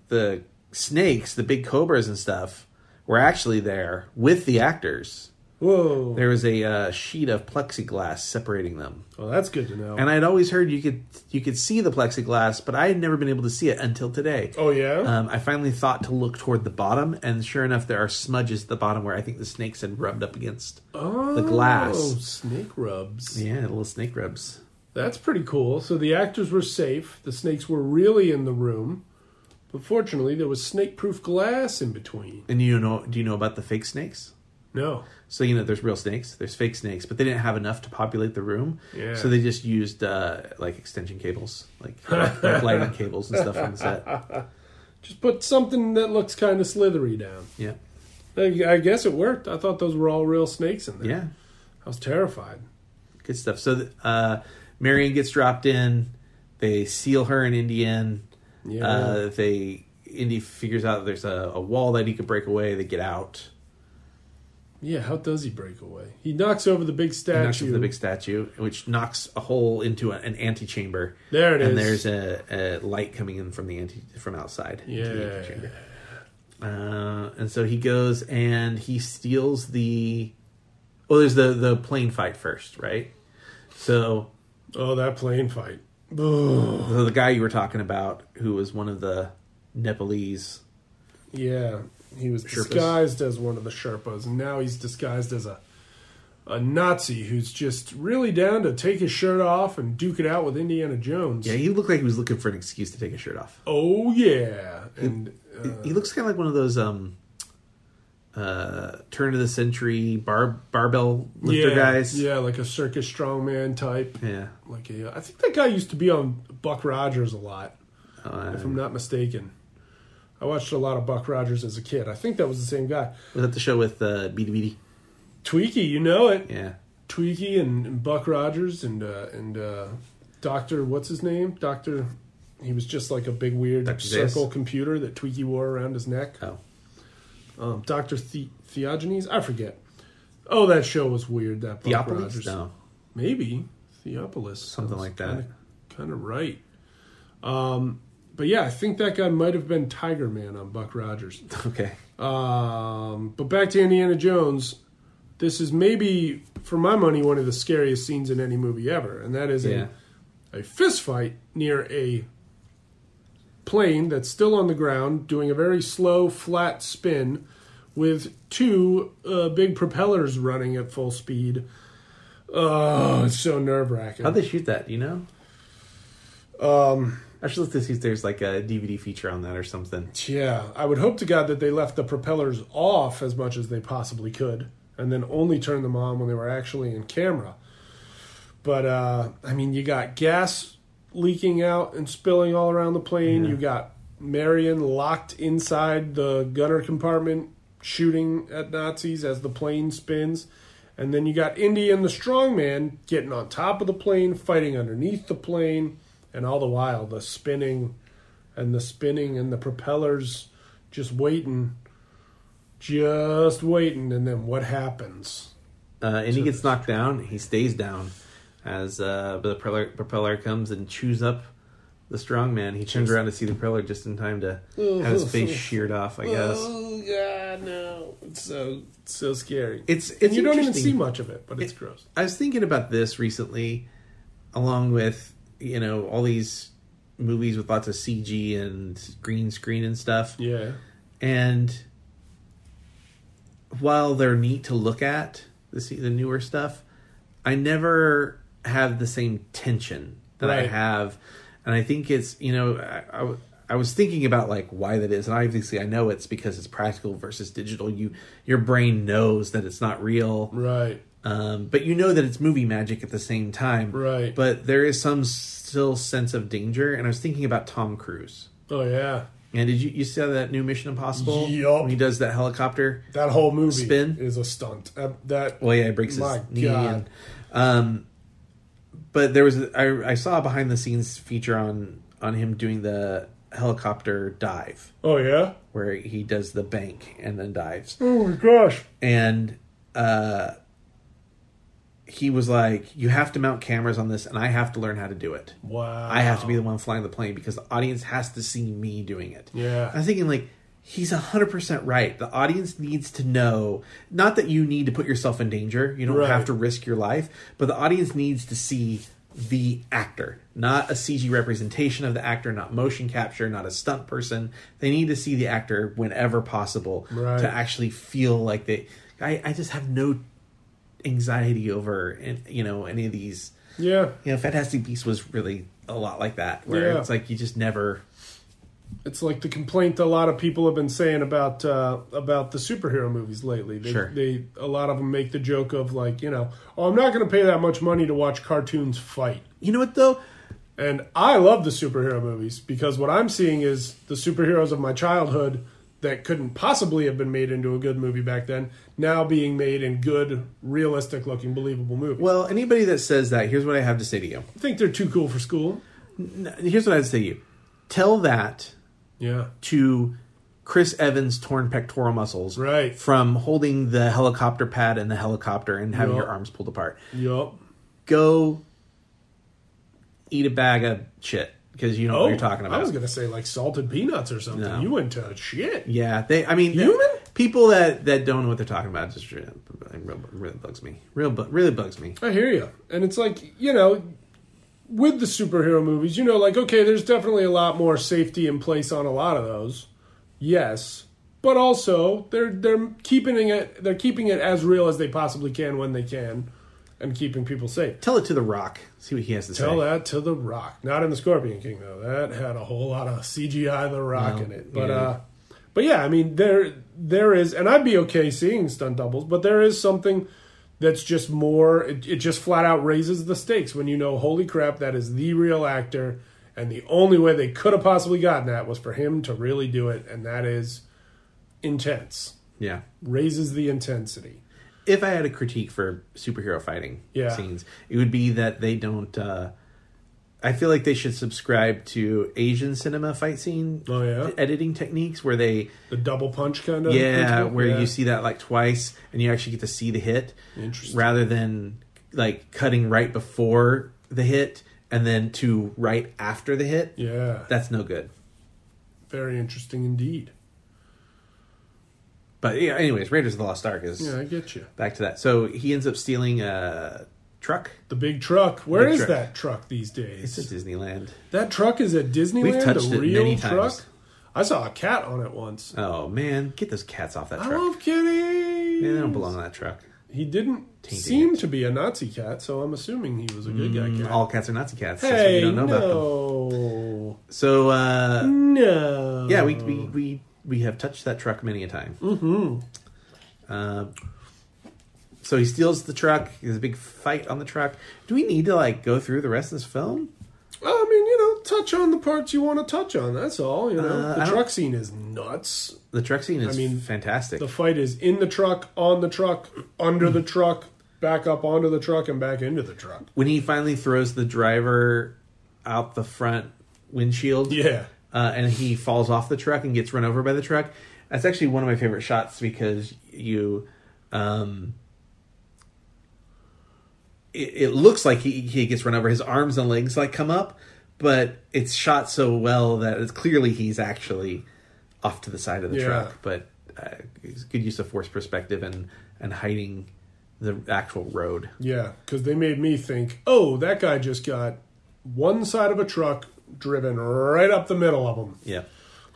S3: the snakes, the big cobras and stuff, were actually there with the actors.
S4: Whoa!
S3: There was a uh, sheet of plexiglass separating them.
S4: Well, that's good to know.
S3: and I'd always heard you could you could see the plexiglass, but I had never been able to see it until today.
S4: oh yeah,
S3: Um, I finally thought to look toward the bottom, and sure enough, there are smudges at the bottom where I think the snakes had rubbed up against
S4: oh,
S3: the glass.
S4: snake rubs.
S3: Yeah, little snake rubs.
S4: That's pretty cool. So the actors were safe. The snakes were really in the room, but fortunately, there was snake-proof glass in between.
S3: And you know, do you know about the fake snakes?
S4: No,
S3: So you know, there's real snakes, there's fake snakes, but they didn't have enough to populate the room.
S4: Yeah.
S3: So they just used uh, like extension cables, like, like lighting cables and stuff on the set.
S4: just put something that looks kind of slithery down.
S3: Yeah,
S4: I I guess it worked. I thought those were all real snakes in there.
S3: yeah,
S4: I was terrified.
S3: good stuff. So th- uh, Marion gets dropped in. They seal her in Indian.
S4: Yeah.
S3: Uh, they Indy figures out there's a, a wall that he could break away. They get out.
S4: yeah, how does he break away? He knocks over the big statue.
S3: knocks over the big statue, which knocks a hole into a, an antechamber.
S4: There it
S3: and
S4: is.
S3: there's a, a light coming in from the anti from outside. into
S4: Yeah.
S3: the antechamber. Uh, and so he goes and he steals the. Well, there's the the plane fight first, right? So,
S4: oh, that plane fight.
S3: so the guy you were talking about, who was one of the Nepalese,
S4: Yeah, he was
S3: Sherpas.
S4: disguised as one of the Sherpas, and now he's disguised as a a Nazi who's just really down to take his shirt off and duke it out with Indiana Jones.
S3: Yeah, he looked like he was looking for an excuse to take his shirt off.
S4: Oh yeah, and uh,
S3: he looks kind of like one of those um, uh, turn of the century bar barbell lifter
S4: yeah,
S3: guys.
S4: yeah, like a circus strongman type.
S3: yeah.
S4: Like a, I think that guy used to be on Buck Rogers a lot,
S3: Uh,
S4: if I'm not mistaken. I watched a lot of Buck Rogers as a kid. I think that was the same guy.
S3: was that the show with uh, Beady Beady?
S4: Tweaky, you know it.
S3: Yeah,
S4: Tweaky and, and Buck Rogers and uh, and uh, Doctor what's his name? Doctor he was just like a big weird
S3: Dr. Zeus?
S4: circle computer that Tweaky wore around his neck.
S3: Oh.
S4: Um, Doctor the- Theogenes, I forget. Oh, that show was weird. That Buck
S3: Theopolis.
S4: Rogers,
S3: No,
S4: maybe Theopolis,
S3: Something like that.
S4: Kind of right. Um, but yeah, I think that guy might have been Tiger Man on Buck Rogers.
S3: okay.
S4: Um, but back to Indiana Jones, this is maybe, for my money, one of the scariest scenes in any movie ever, and that is
S3: Yeah.
S4: a, a fist fight near a plane that's still on the ground doing a very slow, flat spin with two uh, big propellers running at full speed. Oh, it's so nerve wracking.
S3: How'd they shoot that? Do you know? Um,
S4: Um,
S3: I should look to see if there's like a DVD feature on that or something.
S4: Yeah, I would hope to God that they left the propellers off as much as they possibly could, and then only turned them on when they were actually in camera. But uh, I mean, you got gas leaking out and spilling all around the plane. You got Marion locked inside the gunner compartment, shooting at Nazis as the plane spins, and then you got Indy and the strongman getting on top of the plane, fighting underneath the plane, and all the while the spinning and the spinning and the propellers just waiting just waiting and then what happens
S3: Uh, and he gets knocked down. He stays down as uh, the propeller, propeller comes and chews up the strong man. He turns around to see the propeller just in time to have his face sheared off. I guess
S4: oh god no it's so so scary
S3: it's it's
S4: and you don't even
S3: interesting.
S4: see much of it but it's gross
S3: I was thinking about this recently, along with you know all these movies with lots of CG and green screen and stuff.
S4: yeah
S3: and while they're neat to look at the se- the newer stuff i never have the same tension that i
S4: Right.
S3: have and i think it's you know I, I w- I was thinking about like why that is and obviously i know it's because it's practical versus digital you your brain knows that it's not real
S4: right
S3: um, but you know that it's movie magic at the same time
S4: Right.
S3: but there is some still sense of danger and i was thinking about tom cruise
S4: oh yeah
S3: and did you you saw that new Mission Impossible?
S4: Yup.
S3: When he does that helicopter.
S4: that whole movie
S3: Spin?
S4: is a stunt that, that
S3: Well, yeah, he breaks his
S4: My
S3: knee.
S4: God.
S3: And, um, but there was I, I saw a behind the scenes feature on on him doing the helicopter dive
S4: oh yeah
S3: where he does the bank and then dives
S4: oh my gosh
S3: and uh he was like you have to mount cameras on this and i have to learn how to do it
S4: wow
S3: I have to be the one flying the plane because the audience has to see me doing it.
S4: Yeah.
S3: I'm thinking like he's 100% right. The audience needs to know not that you need to put yourself in danger. You don't
S4: Right.
S3: have to risk your life, but the audience needs to see the actor, not a CG representation of the actor, not motion capture, not a stunt person. They need to see the actor whenever possible
S4: Right.
S3: to actually feel like they I, I just have no anxiety over and you know any of these
S4: yeah
S3: you know, Fantastic Beasts was really a lot like that, where
S4: Yeah.
S3: it's like you just never.
S4: it's like the complaint a lot of people have been saying about uh, about the superhero movies lately. They,
S3: Sure.
S4: they a lot of them make the joke of like you know, oh, I'm not going to pay that much money to watch cartoons fight.
S3: You know what though?
S4: And I love the superhero movies because what I'm seeing is the superheroes of my childhood that couldn't possibly have been made into a good movie back then now being made in good, realistic looking, believable movies.
S3: Well, anybody that says that, here's what I have to say to you.
S4: I think they're too cool for school.
S3: N- Here's what I would say to you. Tell that
S4: Yeah.
S3: to Chris Evans' torn pectoral muscles
S4: Right.
S3: from holding the helicopter pad in the helicopter and having
S4: Yup.
S3: your arms pulled apart.
S4: Yup.
S3: Go eat a bag of shit because you know what you're talking about.
S4: I Oh, was going to say like salted peanuts or something.
S3: No.
S4: You went to shit.
S3: Yeah, they. I mean,
S4: Human?
S3: people that that don't know what they're talking about just really, really bugs me. Real, bu- really bugs me.
S4: I hear you. And it's like, you know, with the superhero movies, you know, like, okay, there's definitely a lot more safety in place on a lot of those. Yes. but also they're they're keeping it they're keeping it as real as they possibly can when they can, and keeping people safe.
S3: Tell it to The Rock. See what he has to
S4: Tell
S3: say.
S4: that to The Rock, not in the Scorpion King though. That had a whole lot of CGI The Rock
S3: No,
S4: in it, but
S3: yeah.
S4: uh, but yeah, I mean there there is, and I'd be okay seeing stunt doubles, but there is something that's just more. It, it just flat out raises the stakes when you know, holy crap, that is the real actor, and the only way they could have possibly gotten that was for him to really do it, and that is intense.
S3: Yeah.
S4: Raises the intensity.
S3: If I had a critique for superhero fighting
S4: Yeah.
S3: scenes, it would be that they don't. Uh, I feel like they should subscribe to Asian cinema fight scene
S4: Oh, yeah?
S3: editing techniques where they
S4: The double punch kind of
S3: yeah where you see that like twice and you actually get to see the hit
S4: Interesting.
S3: rather than like cutting right before the hit and then to right after the hit
S4: yeah
S3: that's no good
S4: very interesting indeed.
S3: but yeah anyways raiders of the lost ark is
S4: Yeah, I get you.
S3: back to that so he ends up stealing a truck
S4: The big truck. Where
S3: Big
S4: is
S3: truck.
S4: that truck these
S3: it's at
S4: days?
S3: disneyland
S4: That truck is at Disneyland.
S3: touched
S4: a
S3: it
S4: real
S3: many
S4: truck.
S3: times.
S4: I saw a cat on it once.
S3: oh man get those cats off that
S4: I
S3: truck
S4: love kitties.
S3: Man, they don't belong on that truck
S4: He didn't
S3: Tainting
S4: seem
S3: it. Mm,
S4: to be a Nazi cat, so I'm assuming he was a good guy cat.
S3: all cats are nazi cats That's what
S4: hey,
S3: you don't know about them
S4: no,
S3: so uh
S4: no.
S3: yeah we,
S4: Mm.
S3: we we we have touched that truck many a time mm-hmm.
S4: Mm-hmm.
S3: uh, so he steals the truck there's a big fight on the truck do we need to like go through the rest of this film
S4: Well, I mean, you know, touch on the parts you want to touch on. That's all. You know,
S3: Uh, I
S4: the
S3: don't-
S4: truck scene is nuts.
S3: the truck scene is
S4: I mean,
S3: fantastic
S4: The fight is in the truck, on the truck, under the truck, back up onto the truck, and back into the truck.
S3: when he finally throws the driver out the front windshield
S4: Yeah.
S3: uh, and he falls off the truck and gets run over by the truck. That's actually one of my favorite shots because you, um, it, it looks like he he gets run over. His arms and legs like come up, but it's shot so well that it's clearly he's actually off to the side of the
S4: Yeah.
S3: truck. But uh, it's good use of force perspective and and hiding the actual road.
S4: Yeah, because they made me think, oh, that guy just got one side of a truck driven right up the middle of him.
S3: Yeah,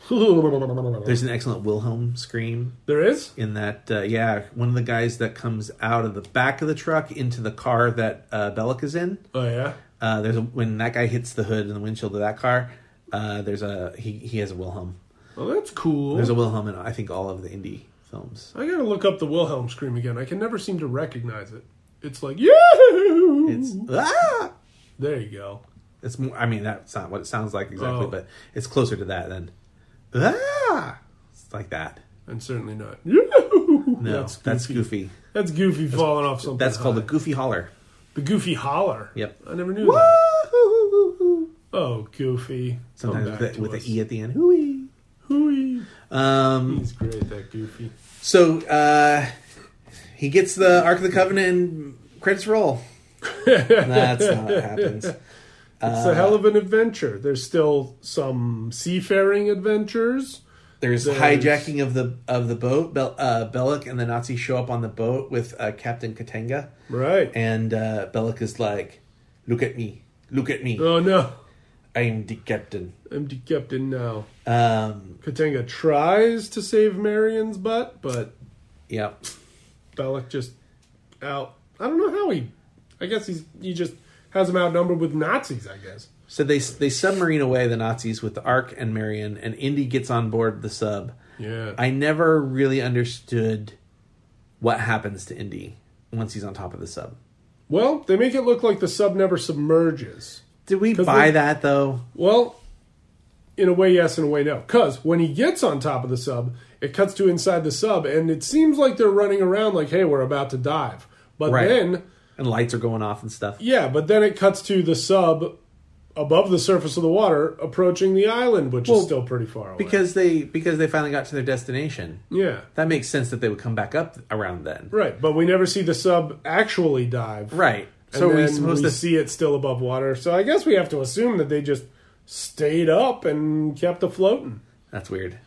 S4: There's,
S3: there's an excellent Wilhelm scream
S4: there is?
S3: in that uh, yeah one of the guys that comes out of the back of the truck into the car that uh, Bellic is in
S4: Oh, yeah.
S3: uh, there's a when that guy hits the hood and the windshield of that car uh, there's a he, he has a Wilhelm
S4: Well, that's cool.
S3: there's
S4: I
S3: a Wilhelm in I think all of the indie films
S4: gotta look up the Wilhelm scream again. I can never seem to recognize it. It's like, yahoo!
S3: it's ah!
S4: There you go.
S3: it's more I mean that's not what it sounds like exactly
S4: Oh.
S3: but it's closer to that than ah! it's like that
S4: And certainly not, yahoo!
S3: no
S4: That's
S3: that's
S4: goofy. Uh-huh.
S3: goofy,
S4: That's,
S3: that's, goofy.
S4: goofy falling off something.
S3: that's called
S4: high.
S3: a goofy holler
S4: the goofy holler.
S3: Yep.
S4: I never knew that.
S3: Woo-hoo-hoo-hoo.
S4: Oh, goofy.
S3: sometimes
S4: Come
S3: with,
S4: back
S3: a,
S4: to
S3: with
S4: us.
S3: an e at the end hooey
S4: Hooey.
S3: um
S4: He's great, that goofy.
S3: So uh, he gets the Ark of the Covenant and credits roll. That's not what happens.
S4: It's a hell of an adventure. There's still some seafaring adventures.
S3: There's
S4: There's-
S3: hijacking of the of the boat. Bel- uh, Belloc and the Nazis show up on the boat with uh, Captain Katenga,
S4: Right.
S3: and uh, Belloc is like, "Look at me, look at me.
S4: oh no.
S3: I'm the captain."
S4: I'm de- captain now.
S3: Um,
S4: Katenga tries to save Marion's butt, but
S3: yeah,
S4: Belloc just out. I don't know how he. I guess he's he just has him outnumbered with Nazis. I guess.
S3: So they they submarine away the Nazis with the Ark and Marion, and Indy gets on board the sub.
S4: Yeah.
S3: I never really understood what happens to Indy once he's on top of the sub.
S4: well, they make it look like the sub never submerges.
S3: Did we
S4: 'Cause
S3: buy
S4: they-
S3: that though?
S4: Well, in a way, yes, in a way, no. Because when he gets on top of the sub, it cuts to inside the sub, and it seems like they're running around like, hey, we're about to dive. But
S3: Right.
S4: then,
S3: And lights are going off and stuff.
S4: yeah, but then it cuts to the sub above the surface of the water approaching the island, which is
S3: Well,
S4: still pretty far away.
S3: Because they because they finally got to their destination.
S4: yeah.
S3: That makes sense that they would come back up around then.
S4: Right, but we never see the sub actually dive.
S3: Right.
S4: And
S3: So
S4: then
S3: are
S4: we
S3: we supposed to
S4: see it still above water. So I guess we have to assume that they just stayed up and kept afloating.
S3: That's weird.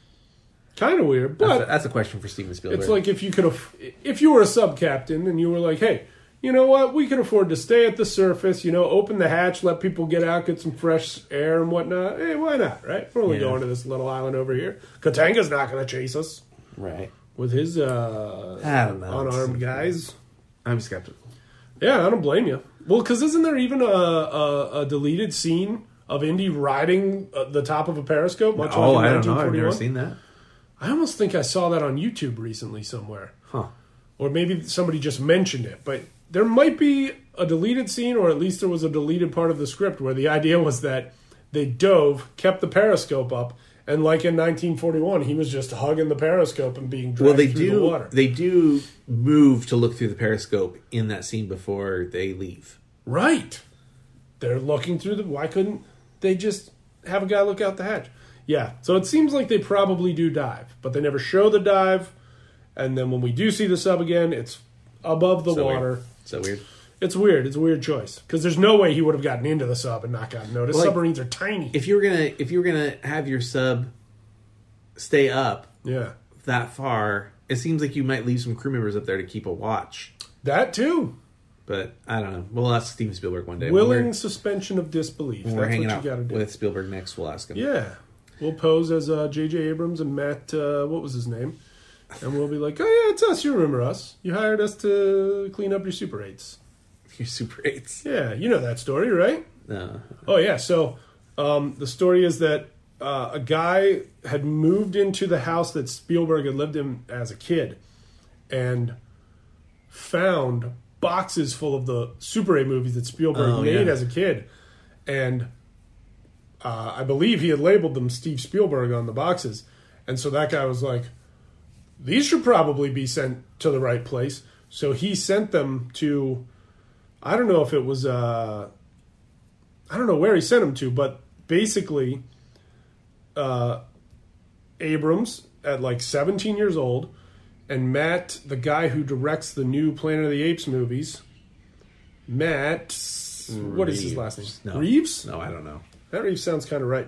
S4: Kind of weird, but
S3: That's a, that's a question for Steven Spielberg.
S4: It's like if you could, aff- if you were a sub captain and you were like, hey, you know what, we can afford to stay at the surface, you know, open the hatch, let people get out, get some fresh air and whatnot. Hey, Eh, why not, right? We're only
S3: Yeah.
S4: going to this little island over here. Katanga's not going to chase us.
S3: Right.
S4: with his uh,
S3: I don't know.
S4: unarmed guys.
S3: I'm skeptical.
S4: Yeah, I don't blame you. Well, because isn't there even a, a, a deleted scene of Indy riding uh, the top of a periscope? Much
S3: Oh,
S4: like in
S3: I don't know. I've never
S4: 1941?
S3: seen that.
S4: I almost think I saw that on YouTube recently somewhere,
S3: Huh.
S4: or maybe somebody just mentioned it. But there might be a deleted scene, or at least there was a deleted part of the script where the idea was that they dove, kept the periscope up, and like in 1941, he was just hugging the periscope and being dragged
S3: Well, they
S4: through
S3: do.
S4: the water.
S3: They do move to look through the periscope in that scene before they leave.
S4: Right. They're looking through the. Why couldn't they just have a guy look out the hatch? Yeah. So it seems like they probably do dive, but they never show the dive. And then when we do see the sub again, it's above the
S3: So weird.
S4: water.
S3: So weird.
S4: It's weird. It's a weird choice because there's no way he would have gotten into the sub and not gotten noticed.
S3: Well, like-
S4: Submarines are tiny.
S3: If you were gonna, if you were gonna have your sub stay up
S4: yeah.
S3: that far, it seems like you might leave some crew members up there to keep a watch.
S4: That too.
S3: But I don't know. We'll ask Steven Spielberg one day. When
S4: Willing
S3: we're,
S4: suspension of disbelief.
S3: when
S4: That's
S3: we're hanging
S4: what
S3: out
S4: you got to do.
S3: with Spielberg next. We'll ask him.
S4: Yeah. We'll pose as uh, J.J. Abrams and Matt, uh, what was his name? And we'll be like, oh, yeah, it's us. You remember us. You hired us to clean up your Super 8s.
S3: Your Super Eights. Uh,
S4: Yeah, you know that story, right?
S3: No.
S4: Oh, yeah. So um, the story is that uh, a guy had moved into the house that Spielberg had lived in as a kid and found boxes full of the Super 8 movies that Spielberg
S3: Oh,
S4: made
S3: yeah.
S4: as a kid. And uh, I believe he had labeled them Steve Spielberg on the boxes. And so that guy was like, these should probably be sent to the right place. So he sent them to, I don't know if it was, uh, I don't know where he sent them to, but basically, uh, Abrams at like 17 years old and Matt, the guy who directs the new Planet of the Apes movies, Matt, what is his last name?
S3: No.
S4: Reeves?
S3: No, I don't know.
S4: That Reeves sounds kind of right.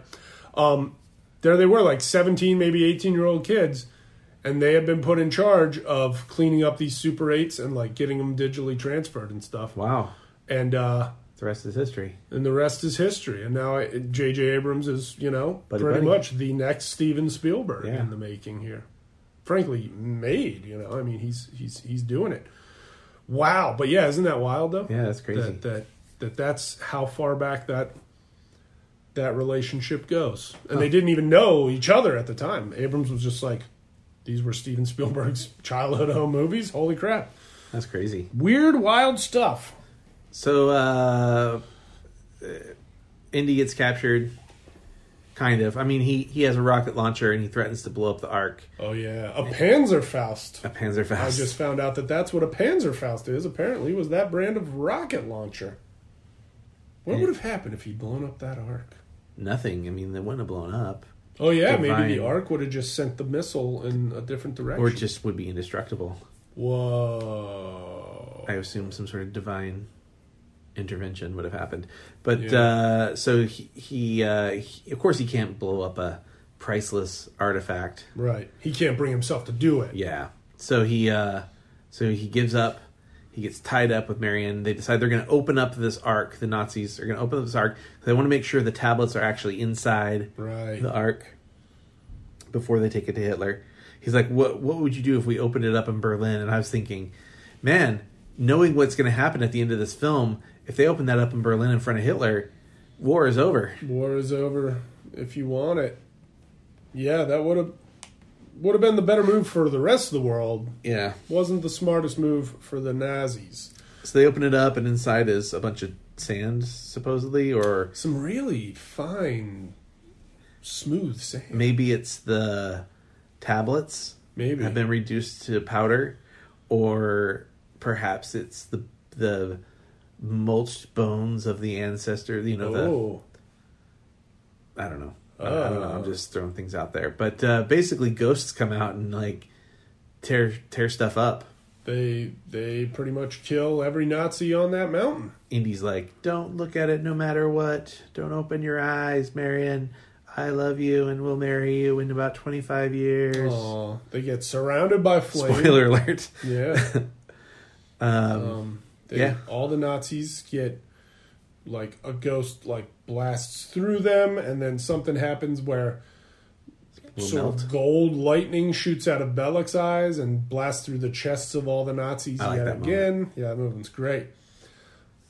S4: Um, there they were, like 17, maybe 18 year old kids, and they had been put in charge of cleaning up these Super 8s and like getting them digitally transferred and stuff.
S3: Wow.
S4: And uh,
S3: The rest is history.
S4: and the rest is history. And now I- J.J. Abrams is, you know,
S3: Buddy,
S4: pretty
S3: buddy.
S4: much the next Steven Spielberg
S3: Yeah.
S4: in the making here. Frankly, made, you know, I mean, he's he's he's doing it. Wow. But yeah, isn't that wild though?
S3: Yeah, that's crazy.
S4: that that that that's how far back that that relationship goes. And they didn't even know each other at the time. Abrams was just like, these were Steven Spielberg's childhood home movies. Holy crap!
S3: That's crazy.
S4: Weird, wild stuff.
S3: So, uh, uh, Indy gets captured, kind of. I mean, he, he has a rocket launcher and he threatens to blow up the Ark.
S4: Oh yeah, a Panzerfaust.
S3: A Panzerfaust.
S4: I just found out that that's what a Panzerfaust is. Apparently, was that brand of rocket launcher. What would have happened if he'd blown up that arc?
S3: Nothing. I mean, they wouldn't have blown up.
S4: Oh yeah, maybe
S3: Divine.
S4: the arc would have just sent the missile in a different direction.
S3: Or just would be indestructible.
S4: Whoa.
S3: I assume some sort of divine intervention would have happened. But
S4: Yeah.
S3: uh, so he, he, uh, he, of course, he can't blow up a priceless artifact.
S4: Right. He can't bring himself to do it.
S3: Yeah. So he uh so he gives up. He gets tied up with Marion. They decide they're going to open up this ark. The Nazis are going to open up this ark. They want to make sure the tablets are actually inside
S4: Right.
S3: the ark before they take it to Hitler. He's like, "What what would you do if we opened it up in Berlin?" And I was thinking, "Man, knowing what's going to happen at the end of this film, if they open that up in Berlin in front of Hitler, war is over."
S4: War is over if you want it. Yeah, that would have would have been the better move for the rest of the world.
S3: Yeah.
S4: Wasn't the smartest move for the Nazis.
S3: So they open it up and inside is a bunch of sand supposedly or
S4: Some really fine smooth sand.
S3: maybe it's the tablets
S4: Maybe.
S3: have been reduced to powder or perhaps it's the the mulched bones of the ancestor you know
S4: Oh.
S3: the i don't know I- I don't know. I'm just throwing things out there, but uh, basically, ghosts come out and like tear tear stuff up.
S4: They they pretty much kill every Nazi on that mountain.
S3: Indy's like, "Don't look at it, no matter what. Don't open your eyes, Marion. I love you, and we'll marry you in about 25 years."
S4: Aw. They get surrounded by flames.
S3: Spoiler alert.
S4: Yeah. um, they-
S3: yeah.
S4: All the Nazis get like a ghost like blasts through them, and then something happens where sort
S3: melt.
S4: of gold lightning shoots out of Belloc's eyes and blasts through the chests of all the Nazis
S3: I like
S4: yet
S3: that
S4: again. Yeah, that movement's great.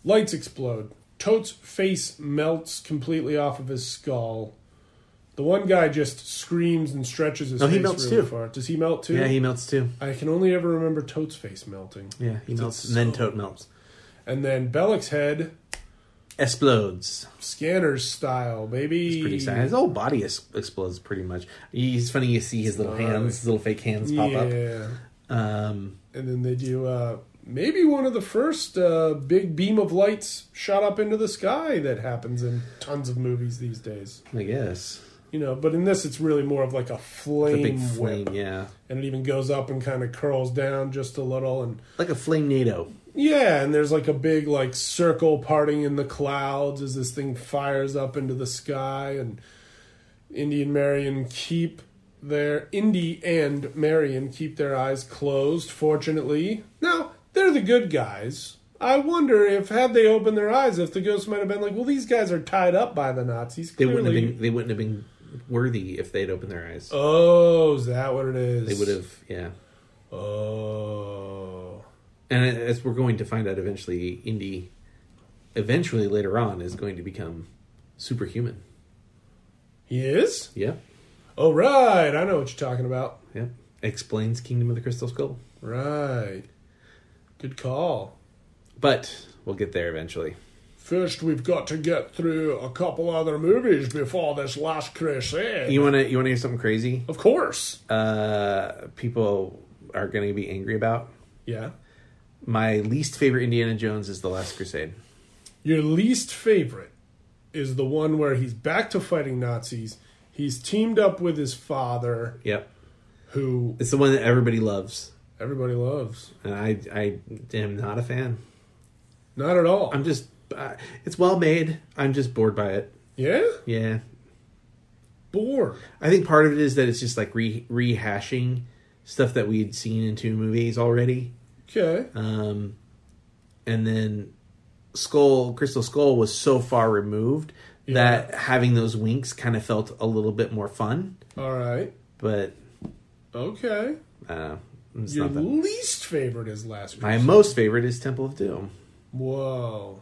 S4: Lights explode. Tote's face melts completely off of his skull. The one guy just screams and stretches his
S3: No,
S4: face
S3: he melts
S4: really
S3: too.
S4: far. Does he melt too?
S3: Yeah, he melts too.
S4: I can only ever remember Tote's face melting.
S3: Yeah, he
S4: It's
S3: melts,
S4: so-
S3: and then Tote melts.
S4: And then Belloc's head,
S3: Explodes.
S4: scanners style, baby.
S3: It's pretty sad. His whole body is, explodes pretty much. He's funny. You see his little hands, his little fake hands pop up.
S4: Yeah.
S3: Um,
S4: and then they do uh, maybe one of the first uh, big beam of lights shot up into the sky that happens in tons of movies these days.
S3: I guess
S4: You know, but in this, it's really more of like a
S3: the
S4: flame,
S3: big
S4: whip,
S3: flame. Yeah,
S4: and it even goes up and kind of curls down just a little, and
S3: like a flame NATO.
S4: yeah, and there's like a big like circle parting in the clouds as this thing fires up into the sky, and Indy and Marion keep their Indy and Marion keep their eyes closed. Fortunately, now they're the good guys. I wonder if had they opened their eyes, if the ghosts might have been like, well, these guys are tied up by the Nazis.
S3: They
S4: Clearly,
S3: wouldn't have been. They wouldn't have been worthy if they'd opened their eyes.
S4: oh, is that what it is?
S3: They would have. Yeah.
S4: Oh,
S3: And as we're going to find out eventually, Indy, eventually later on, is going to become superhuman.
S4: he is.
S3: Yep.
S4: Oh, right. I know what you're talking about.
S3: Yep. Explains Kingdom of the Crystal Skull.
S4: Right. Good call.
S3: But we'll get there eventually.
S4: First, we've got to get through a couple other movies before this last crusade.
S3: You wanna you wanna hear something crazy?
S4: of course.
S3: Uh, people are gonna be angry about.
S4: yeah.
S3: My least favorite Indiana Jones is The Last Crusade.
S4: Your least favorite is the one where he's back to fighting Nazis. He's teamed up with his father,
S3: Yep.
S4: who
S3: It's the one that everybody loves.
S4: everybody loves.
S3: And I I am not a fan.
S4: Not at all.
S3: I'm just uh, it's well made. I'm just bored by it.
S4: yeah?
S3: Yeah.
S4: Bored.
S3: I think part of it is that it's just like re- rehashing stuff that we'd seen in two movies already.
S4: Okay.
S3: Um, and then Skull, Crystal Skull was so far removed that having those winks kind of felt a little bit more fun.
S4: all right.
S3: But
S4: Okay.
S3: uh, it's
S4: Your
S3: not that.
S4: least favorite is Last
S3: My
S4: Crusade.
S3: most favorite is Temple of Doom.
S4: Whoa.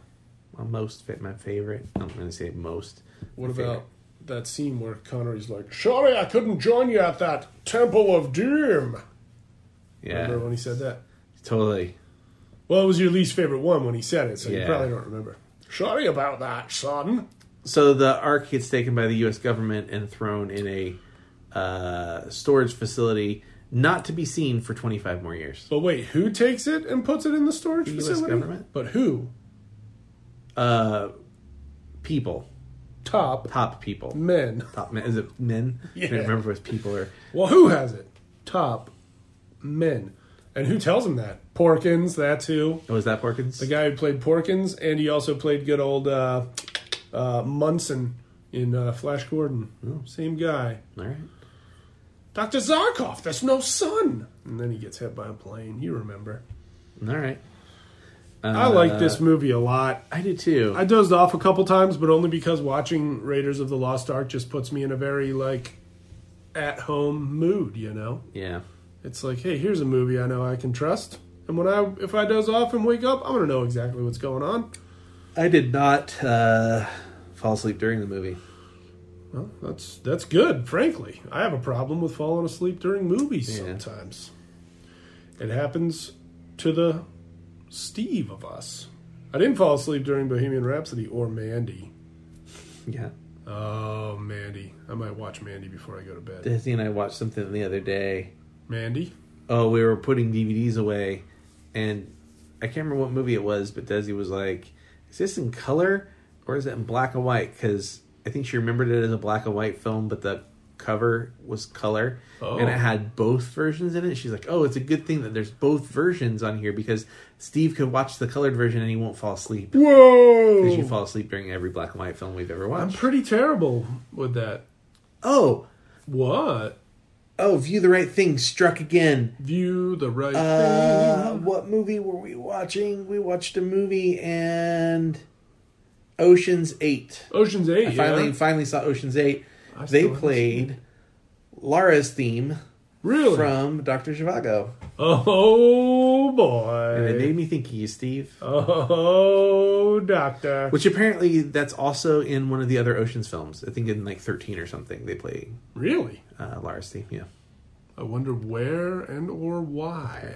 S3: My most fa- my favorite. I'm going to say most.
S4: What
S3: My favorite.
S4: about that scene where Connery's like, "Sorry, I couldn't join you at that Temple of Doom."
S3: Yeah,
S4: Remember when he said that?
S3: totally.
S4: Well, it was your least favorite one when he said it, so you
S3: Yeah.
S4: probably don't remember. Sorry about that, son.
S3: So the Ark gets taken by the U.S. government and thrown in a uh, storage facility, not to be seen for 25 more years.
S4: But wait, who takes it and puts it in the storage
S3: The US
S4: facility?
S3: government.
S4: But who?
S3: Uh, people,
S4: Top
S3: top people.
S4: men.
S3: top men. Is it men? I
S4: Yeah.
S3: can't remember if it's people or.
S4: Well, who has it? Top men. And who tells him that? Porkins, that's who.
S3: Oh, is that Porkins?
S4: The guy who played Porkins, and he also played good old uh, uh, Munson in uh, Flash Gordon. Oh, Same guy.
S3: All right.
S4: Dr. Zarkov, there's no sun. And then he gets hit by a plane. You remember.
S3: All right. Uh,
S4: I like this movie a lot.
S3: I do too.
S4: I dozed off a couple times, but only because watching Raiders of the Lost Ark just puts me in a very, like, at home mood, you know?
S3: yeah.
S4: It's like, hey, here's a movie I know I can trust. And when I, if I doze off and wake up, I'm going to know exactly what's going on.
S3: I did not uh, fall asleep during the movie.
S4: Well, that's that's good, frankly. I have a problem with falling asleep during movies sometimes. It happens to the Steve of us. I didn't fall asleep during Bohemian Rhapsody or Mandy.
S3: Yeah.
S4: Oh, Mandy. I might watch Mandy before I go to bed.
S3: Disney and I watched something the other day.
S4: Mandy?
S3: oh, we were putting DVDs away, and I can't remember what movie it was, but Desi was like, "Is this in color or is it in black and white?" Because I think she remembered it as a black and white film, but the cover was color, and it had both versions in it. She's like, "Oh, it's a good thing that there's both versions on here because Steve could watch the colored version and he won't fall asleep." Because you
S4: Whoa!
S3: fall asleep during every black and white film we've ever
S4: I'm
S3: watched.
S4: pretty terrible with that.
S3: oh,
S4: What?
S3: oh, View the Right Thing struck again.
S4: View the right
S3: Uh,
S4: thing.
S3: what movie were we watching? We watched a movie and Ocean's Eight.
S4: Ocean's 8,
S3: I finally
S4: yeah.
S3: finally saw Ocean's Eight.
S4: I still
S3: They
S4: haven't seen
S3: played Lara's theme
S4: Really?
S3: from Doctor Zhivago,
S4: oh
S3: and it
S4: boy.
S3: made me think of you, Steve.
S4: Oh, doctor.
S3: Uh, Which apparently that's also in one of the other Ocean's films. I think in like thirteen or something they play
S4: really?
S3: uh, Lara's theme. Yeah,
S4: I wonder where and or why.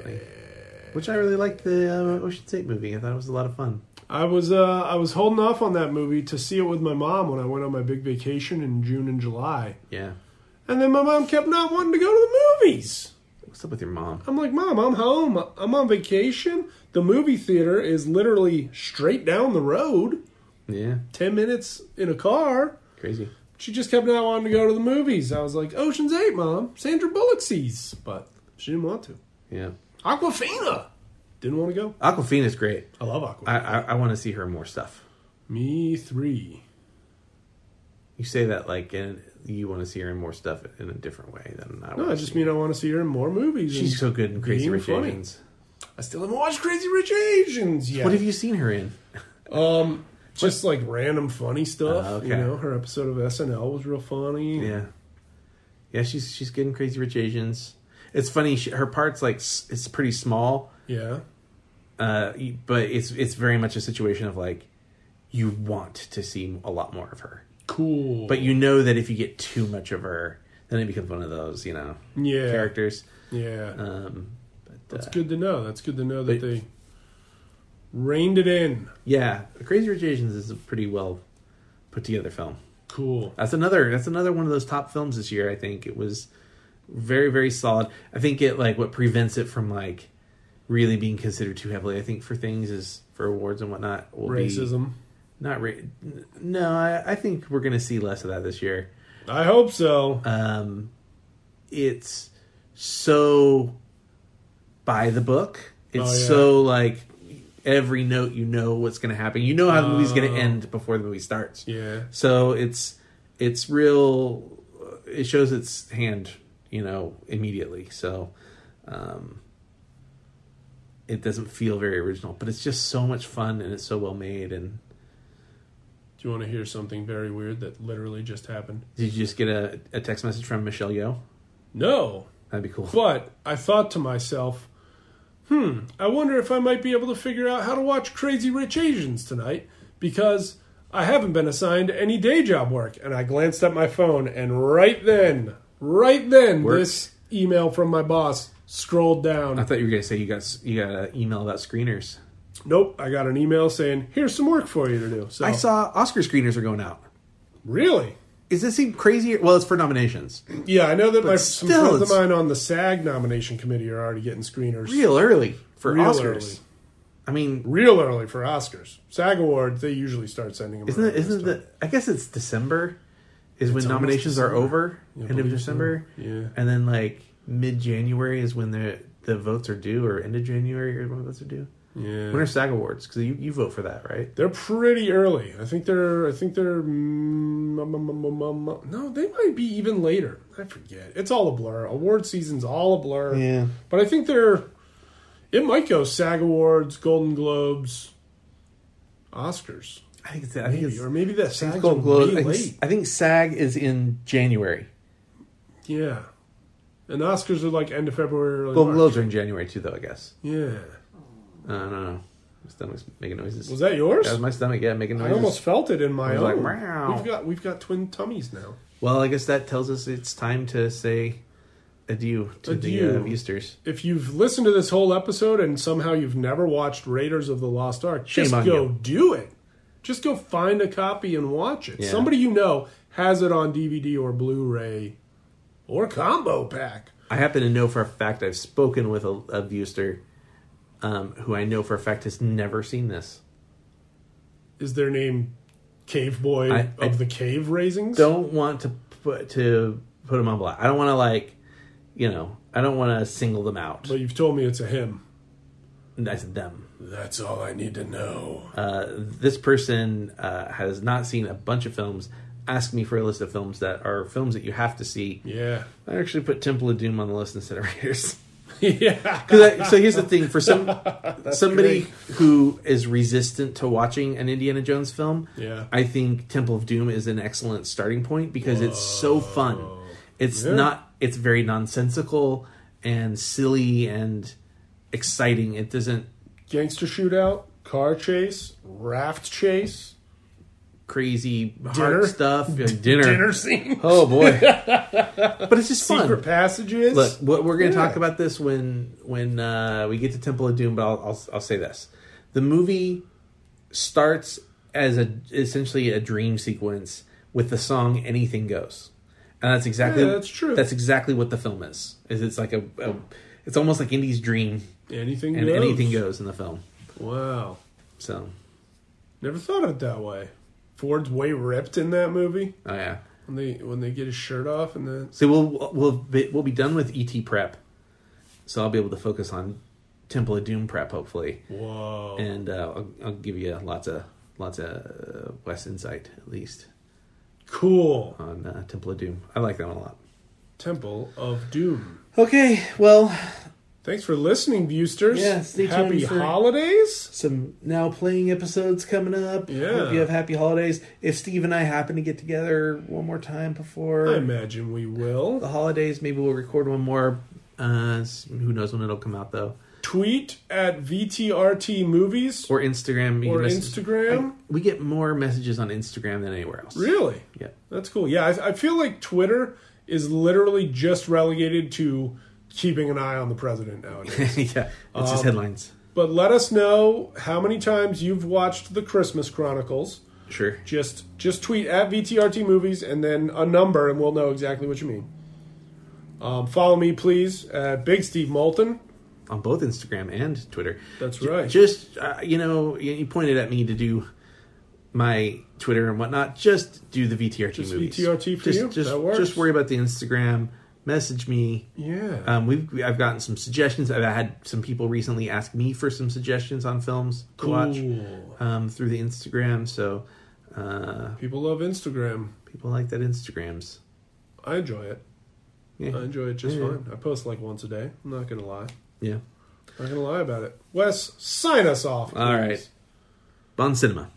S3: which I really liked the uh, Ocean's Eight movie. I thought it was a lot of fun.
S4: I was uh, I was holding off on that movie to see it with my mom when I went on my big vacation in June and July,
S3: Yeah.
S4: and then my mom kept not wanting to go to the movies.
S3: What's up with your mom?
S4: I'm like, Mom, I'm home. I'm on vacation. The movie theater is literally straight down the road,
S3: Yeah,
S4: ten minutes in a car.
S3: crazy.
S4: She just kept not wanting to go to the movies. I was like, Ocean's Eight, Mom. Sandra Bullock sees, but she didn't want to.
S3: Yeah,
S4: Aquafina didn't want to go.
S3: Aquafina's great.
S4: I love Aquafina.
S3: I I, I want to see her in more stuff.
S4: Me three.
S3: You say that like and you want to see her in more stuff in a different way than I.
S4: No,
S3: wanna
S4: I just
S3: see
S4: mean I want to see her in more movies.
S3: her. she's so good in Crazy
S4: being
S3: Rich
S4: funny.
S3: Asians.
S4: I still haven't watched Crazy Rich Asians yet. Um,
S3: What have you seen her in?
S4: Just like random funny stuff.
S3: Oh, okay.
S4: You know, her episode of SNL was real funny.
S3: Yeah, yeah, she's she's good in Crazy Rich Asians. It's funny. She, her part's like s- it's pretty small,
S4: Yeah.
S3: uh, but it's it's very much a situation of like you want to see a lot more of her,
S4: Cool.
S3: but you know that if you get too much of her, then it becomes one of those you know
S4: yeah,
S3: characters.
S4: Yeah.
S3: Um, but
S4: That's
S3: uh,
S4: good to know. That's good to know that
S3: but-
S4: they reined it in.
S3: yeah, Crazy Rich Asians is a pretty well put together film.
S4: Cool.
S3: That's another that's another one of those top films this year, I think. It was very, very solid. I think it like what prevents it from like really being considered too heavily, I think, for things is for awards and whatnot will be
S4: Racism.
S3: not ra- n- no, I, I think we're gonna see less of that this year.
S4: I hope so.
S3: Um it's so by the book. It's
S4: Oh, yeah.
S3: so like every note you know what's gonna happen. You know how the movie's
S4: Uh.
S3: gonna end before the movie starts.
S4: yeah.
S3: So it's it's real. It shows its hand, you know, immediately. So um, it doesn't feel very original, but it's just so much fun and it's so well made. And
S4: Do you want to hear something very weird that literally just happened?
S3: did you just get a, a text message from Michelle Yeoh?
S4: No.
S3: That'd be cool.
S4: But I thought to myself, hmm, I wonder if I might be able to figure out how to watch Crazy Rich Asians tonight because I haven't been assigned any day job work. And I glanced at my phone, and right then, right then,
S3: Work.
S4: this email from my boss scrolled down.
S3: I thought you were gonna say you got s- you got an email about screeners.
S4: nope, I got an email saying, here's some work for you to do. So
S3: I saw Oscar screeners are going out.
S4: Really?
S3: Is this even crazier? Well, it's for nominations.
S4: Yeah, I know that my, some
S3: still,
S4: friends of
S3: it's-
S4: mine on the SAG nomination committee are already getting screeners.
S3: Real early for
S4: Real
S3: Oscars.
S4: early.
S3: I mean,
S4: Real early for Oscars. SAG awards, they usually start sending them.
S3: Isn't
S4: around
S3: it,
S4: this
S3: isn't
S4: time.
S3: the I guess it's December is when
S4: almost
S3: nominations are
S4: December.
S3: over
S4: Yeah, I
S3: end of
S4: believe so.
S3: December.
S4: Yeah.
S3: And then like mid January is when the the votes are due or end of January or when votes are due.
S4: Yeah.
S3: When are SAG awards? Cuz you, you vote for that, right?
S4: They're pretty early. I think they're. I think they're. mm, um, um, um, um, um, No, they might be even later. I forget. It's all a blur. Award season's all a blur.
S3: Yeah.
S4: But I think they're. It might go SAG Awards, Golden Globes, Oscars,
S3: I think it's I think
S4: maybe,
S3: it's
S4: or maybe that
S3: I think
S4: SAG's
S3: it's Golden Globes.
S4: way
S3: I
S4: late.
S3: think, I think SAG is in January.
S4: Yeah, and Oscars are like end of February, early
S3: Golden
S4: March.
S3: Globes are in January too, though. I guess.
S4: Yeah,
S3: I don't know. My stomach's making noises.
S4: was that yours?
S3: That was my stomach. Yeah, making
S4: I
S3: noises.
S4: almost felt it in my
S3: I was like,
S4: own.
S3: "Meow."
S4: We've got we've got twin tummies now.
S3: Well, I guess that tells us it's time to say adieu to the
S4: Adieu.
S3: uh, Easters.
S4: if you've listened to this whole episode and somehow you've never watched Raiders of the Lost Ark,
S3: Shame
S4: just
S3: on
S4: go
S3: you.
S4: do it. Just go find a copy and watch it.
S3: Yeah.
S4: Somebody you know has it on DVD or Blu-ray or combo pack.
S3: I happen to know for a fact I've spoken with a, a viewster um, who I know for a fact has never seen this.
S4: Is their name Cave Boy
S3: I-
S4: of
S3: I
S4: the Cave Raisings?
S3: Don't want to put to put them on blast. I don't want to like, you know, I don't want to single them out.
S4: But you've told me it's a him.
S3: That's them.
S4: That's all I need to know.
S3: Uh, this person uh, has not seen a bunch of films. Asked me for a list of films that are films that you have to see.
S4: yeah.
S3: I actually put Temple of Doom on the list instead of Raiders.
S4: yeah.
S3: 'Cause I- so here's the thing: for some somebody
S4: great.
S3: who is resistant to watching an Indiana Jones film,
S4: Yeah.
S3: I think Temple of Doom is an excellent starting point because it's so fun. It's
S4: Yeah.
S3: not it's very nonsensical and silly and exciting. It doesn't
S4: Gangster shootout, car chase, raft chase,
S3: crazy
S4: Dinner?
S3: hard stuff. Yeah, Dinner.
S4: dinner scene,
S3: Oh boy. but it's just fun.
S4: secret passages.
S3: Look, what we're going to
S4: Yeah.
S3: talk about this when when uh, we get to Temple of Doom, but I'll, I'll I'll say this: the movie starts as a essentially a dream sequence with the song "Anything Goes," and that's exactly
S4: Yeah, that's true.
S3: That's exactly what the film is. Is it's like a, a it's almost like Indy's dream,
S4: anything
S3: and
S4: goes.
S3: anything goes in the film.
S4: Wow,
S3: So,
S4: never thought of it that way. Ford's way ripped in that movie
S3: oh yeah.
S4: when they when they get his shirt off and then
S3: So we'll we'll be, we'll be done with ET prep, so I'll be able to focus on Temple of Doom prep hopefully.
S4: whoa.
S3: and uh, I'll, I'll give you lots of lots of uh, West insight at least
S4: Cool.
S3: on uh, Temple of Doom. I like that one a lot.
S4: Temple of Doom.
S3: Okay, well,
S4: Thanks for listening, viewsters.
S3: Yeah, stay tuned
S4: Happy
S3: for-
S4: holidays.
S3: some now playing episodes coming up.
S4: Yeah.
S3: Hope you have happy holidays. If Steve and I happen to get together one more time before
S4: I imagine we
S3: the
S4: will.
S3: holidays, maybe we'll record one more. Uh, s- who knows when it'll come out though?
S4: Tweet at VTRT Movies
S3: Or Instagram. you
S4: or
S3: can message-
S4: Instagram.
S3: We get more messages on Instagram than anywhere else.
S4: Really?
S3: Yeah.
S4: That's cool. Yeah, I, I feel like Twitter is literally just relegated to keeping an eye on the president nowadays.
S3: yeah. It's
S4: Um,
S3: just headlines.
S4: but let us know how many times you've watched the Christmas Chronicles.
S3: Sure.
S4: Just just tweet at VTRT Movies and then a number, and we'll know exactly what you mean. Um, follow me, please, at Big Steve Moulton.
S3: on both Instagram and Twitter.
S4: That's
S3: J-
S4: right.
S3: Just uh, you know, y- you pointed at me to do my Twitter and whatnot. Just do the VTRT
S4: Just
S3: movies.
S4: VTRT for
S3: just,
S4: you?
S3: Just,
S4: That works.
S3: just worry about the Instagram. Message me.
S4: Yeah.
S3: Um, we've we- I've gotten some suggestions. I've had some people recently ask me for some suggestions on films to
S4: Cool.
S3: watch um, through the Instagram. So uh,
S4: People love Instagram.
S3: people like that Instagrams.
S4: I enjoy it. I
S3: Yeah,
S4: enjoy it just
S3: Yeah.
S4: fine. I post like once a day. I'm not going to lie.
S3: yeah.
S4: Not gonna lie about it. Wes, sign us off.
S3: All right. Bon cinema.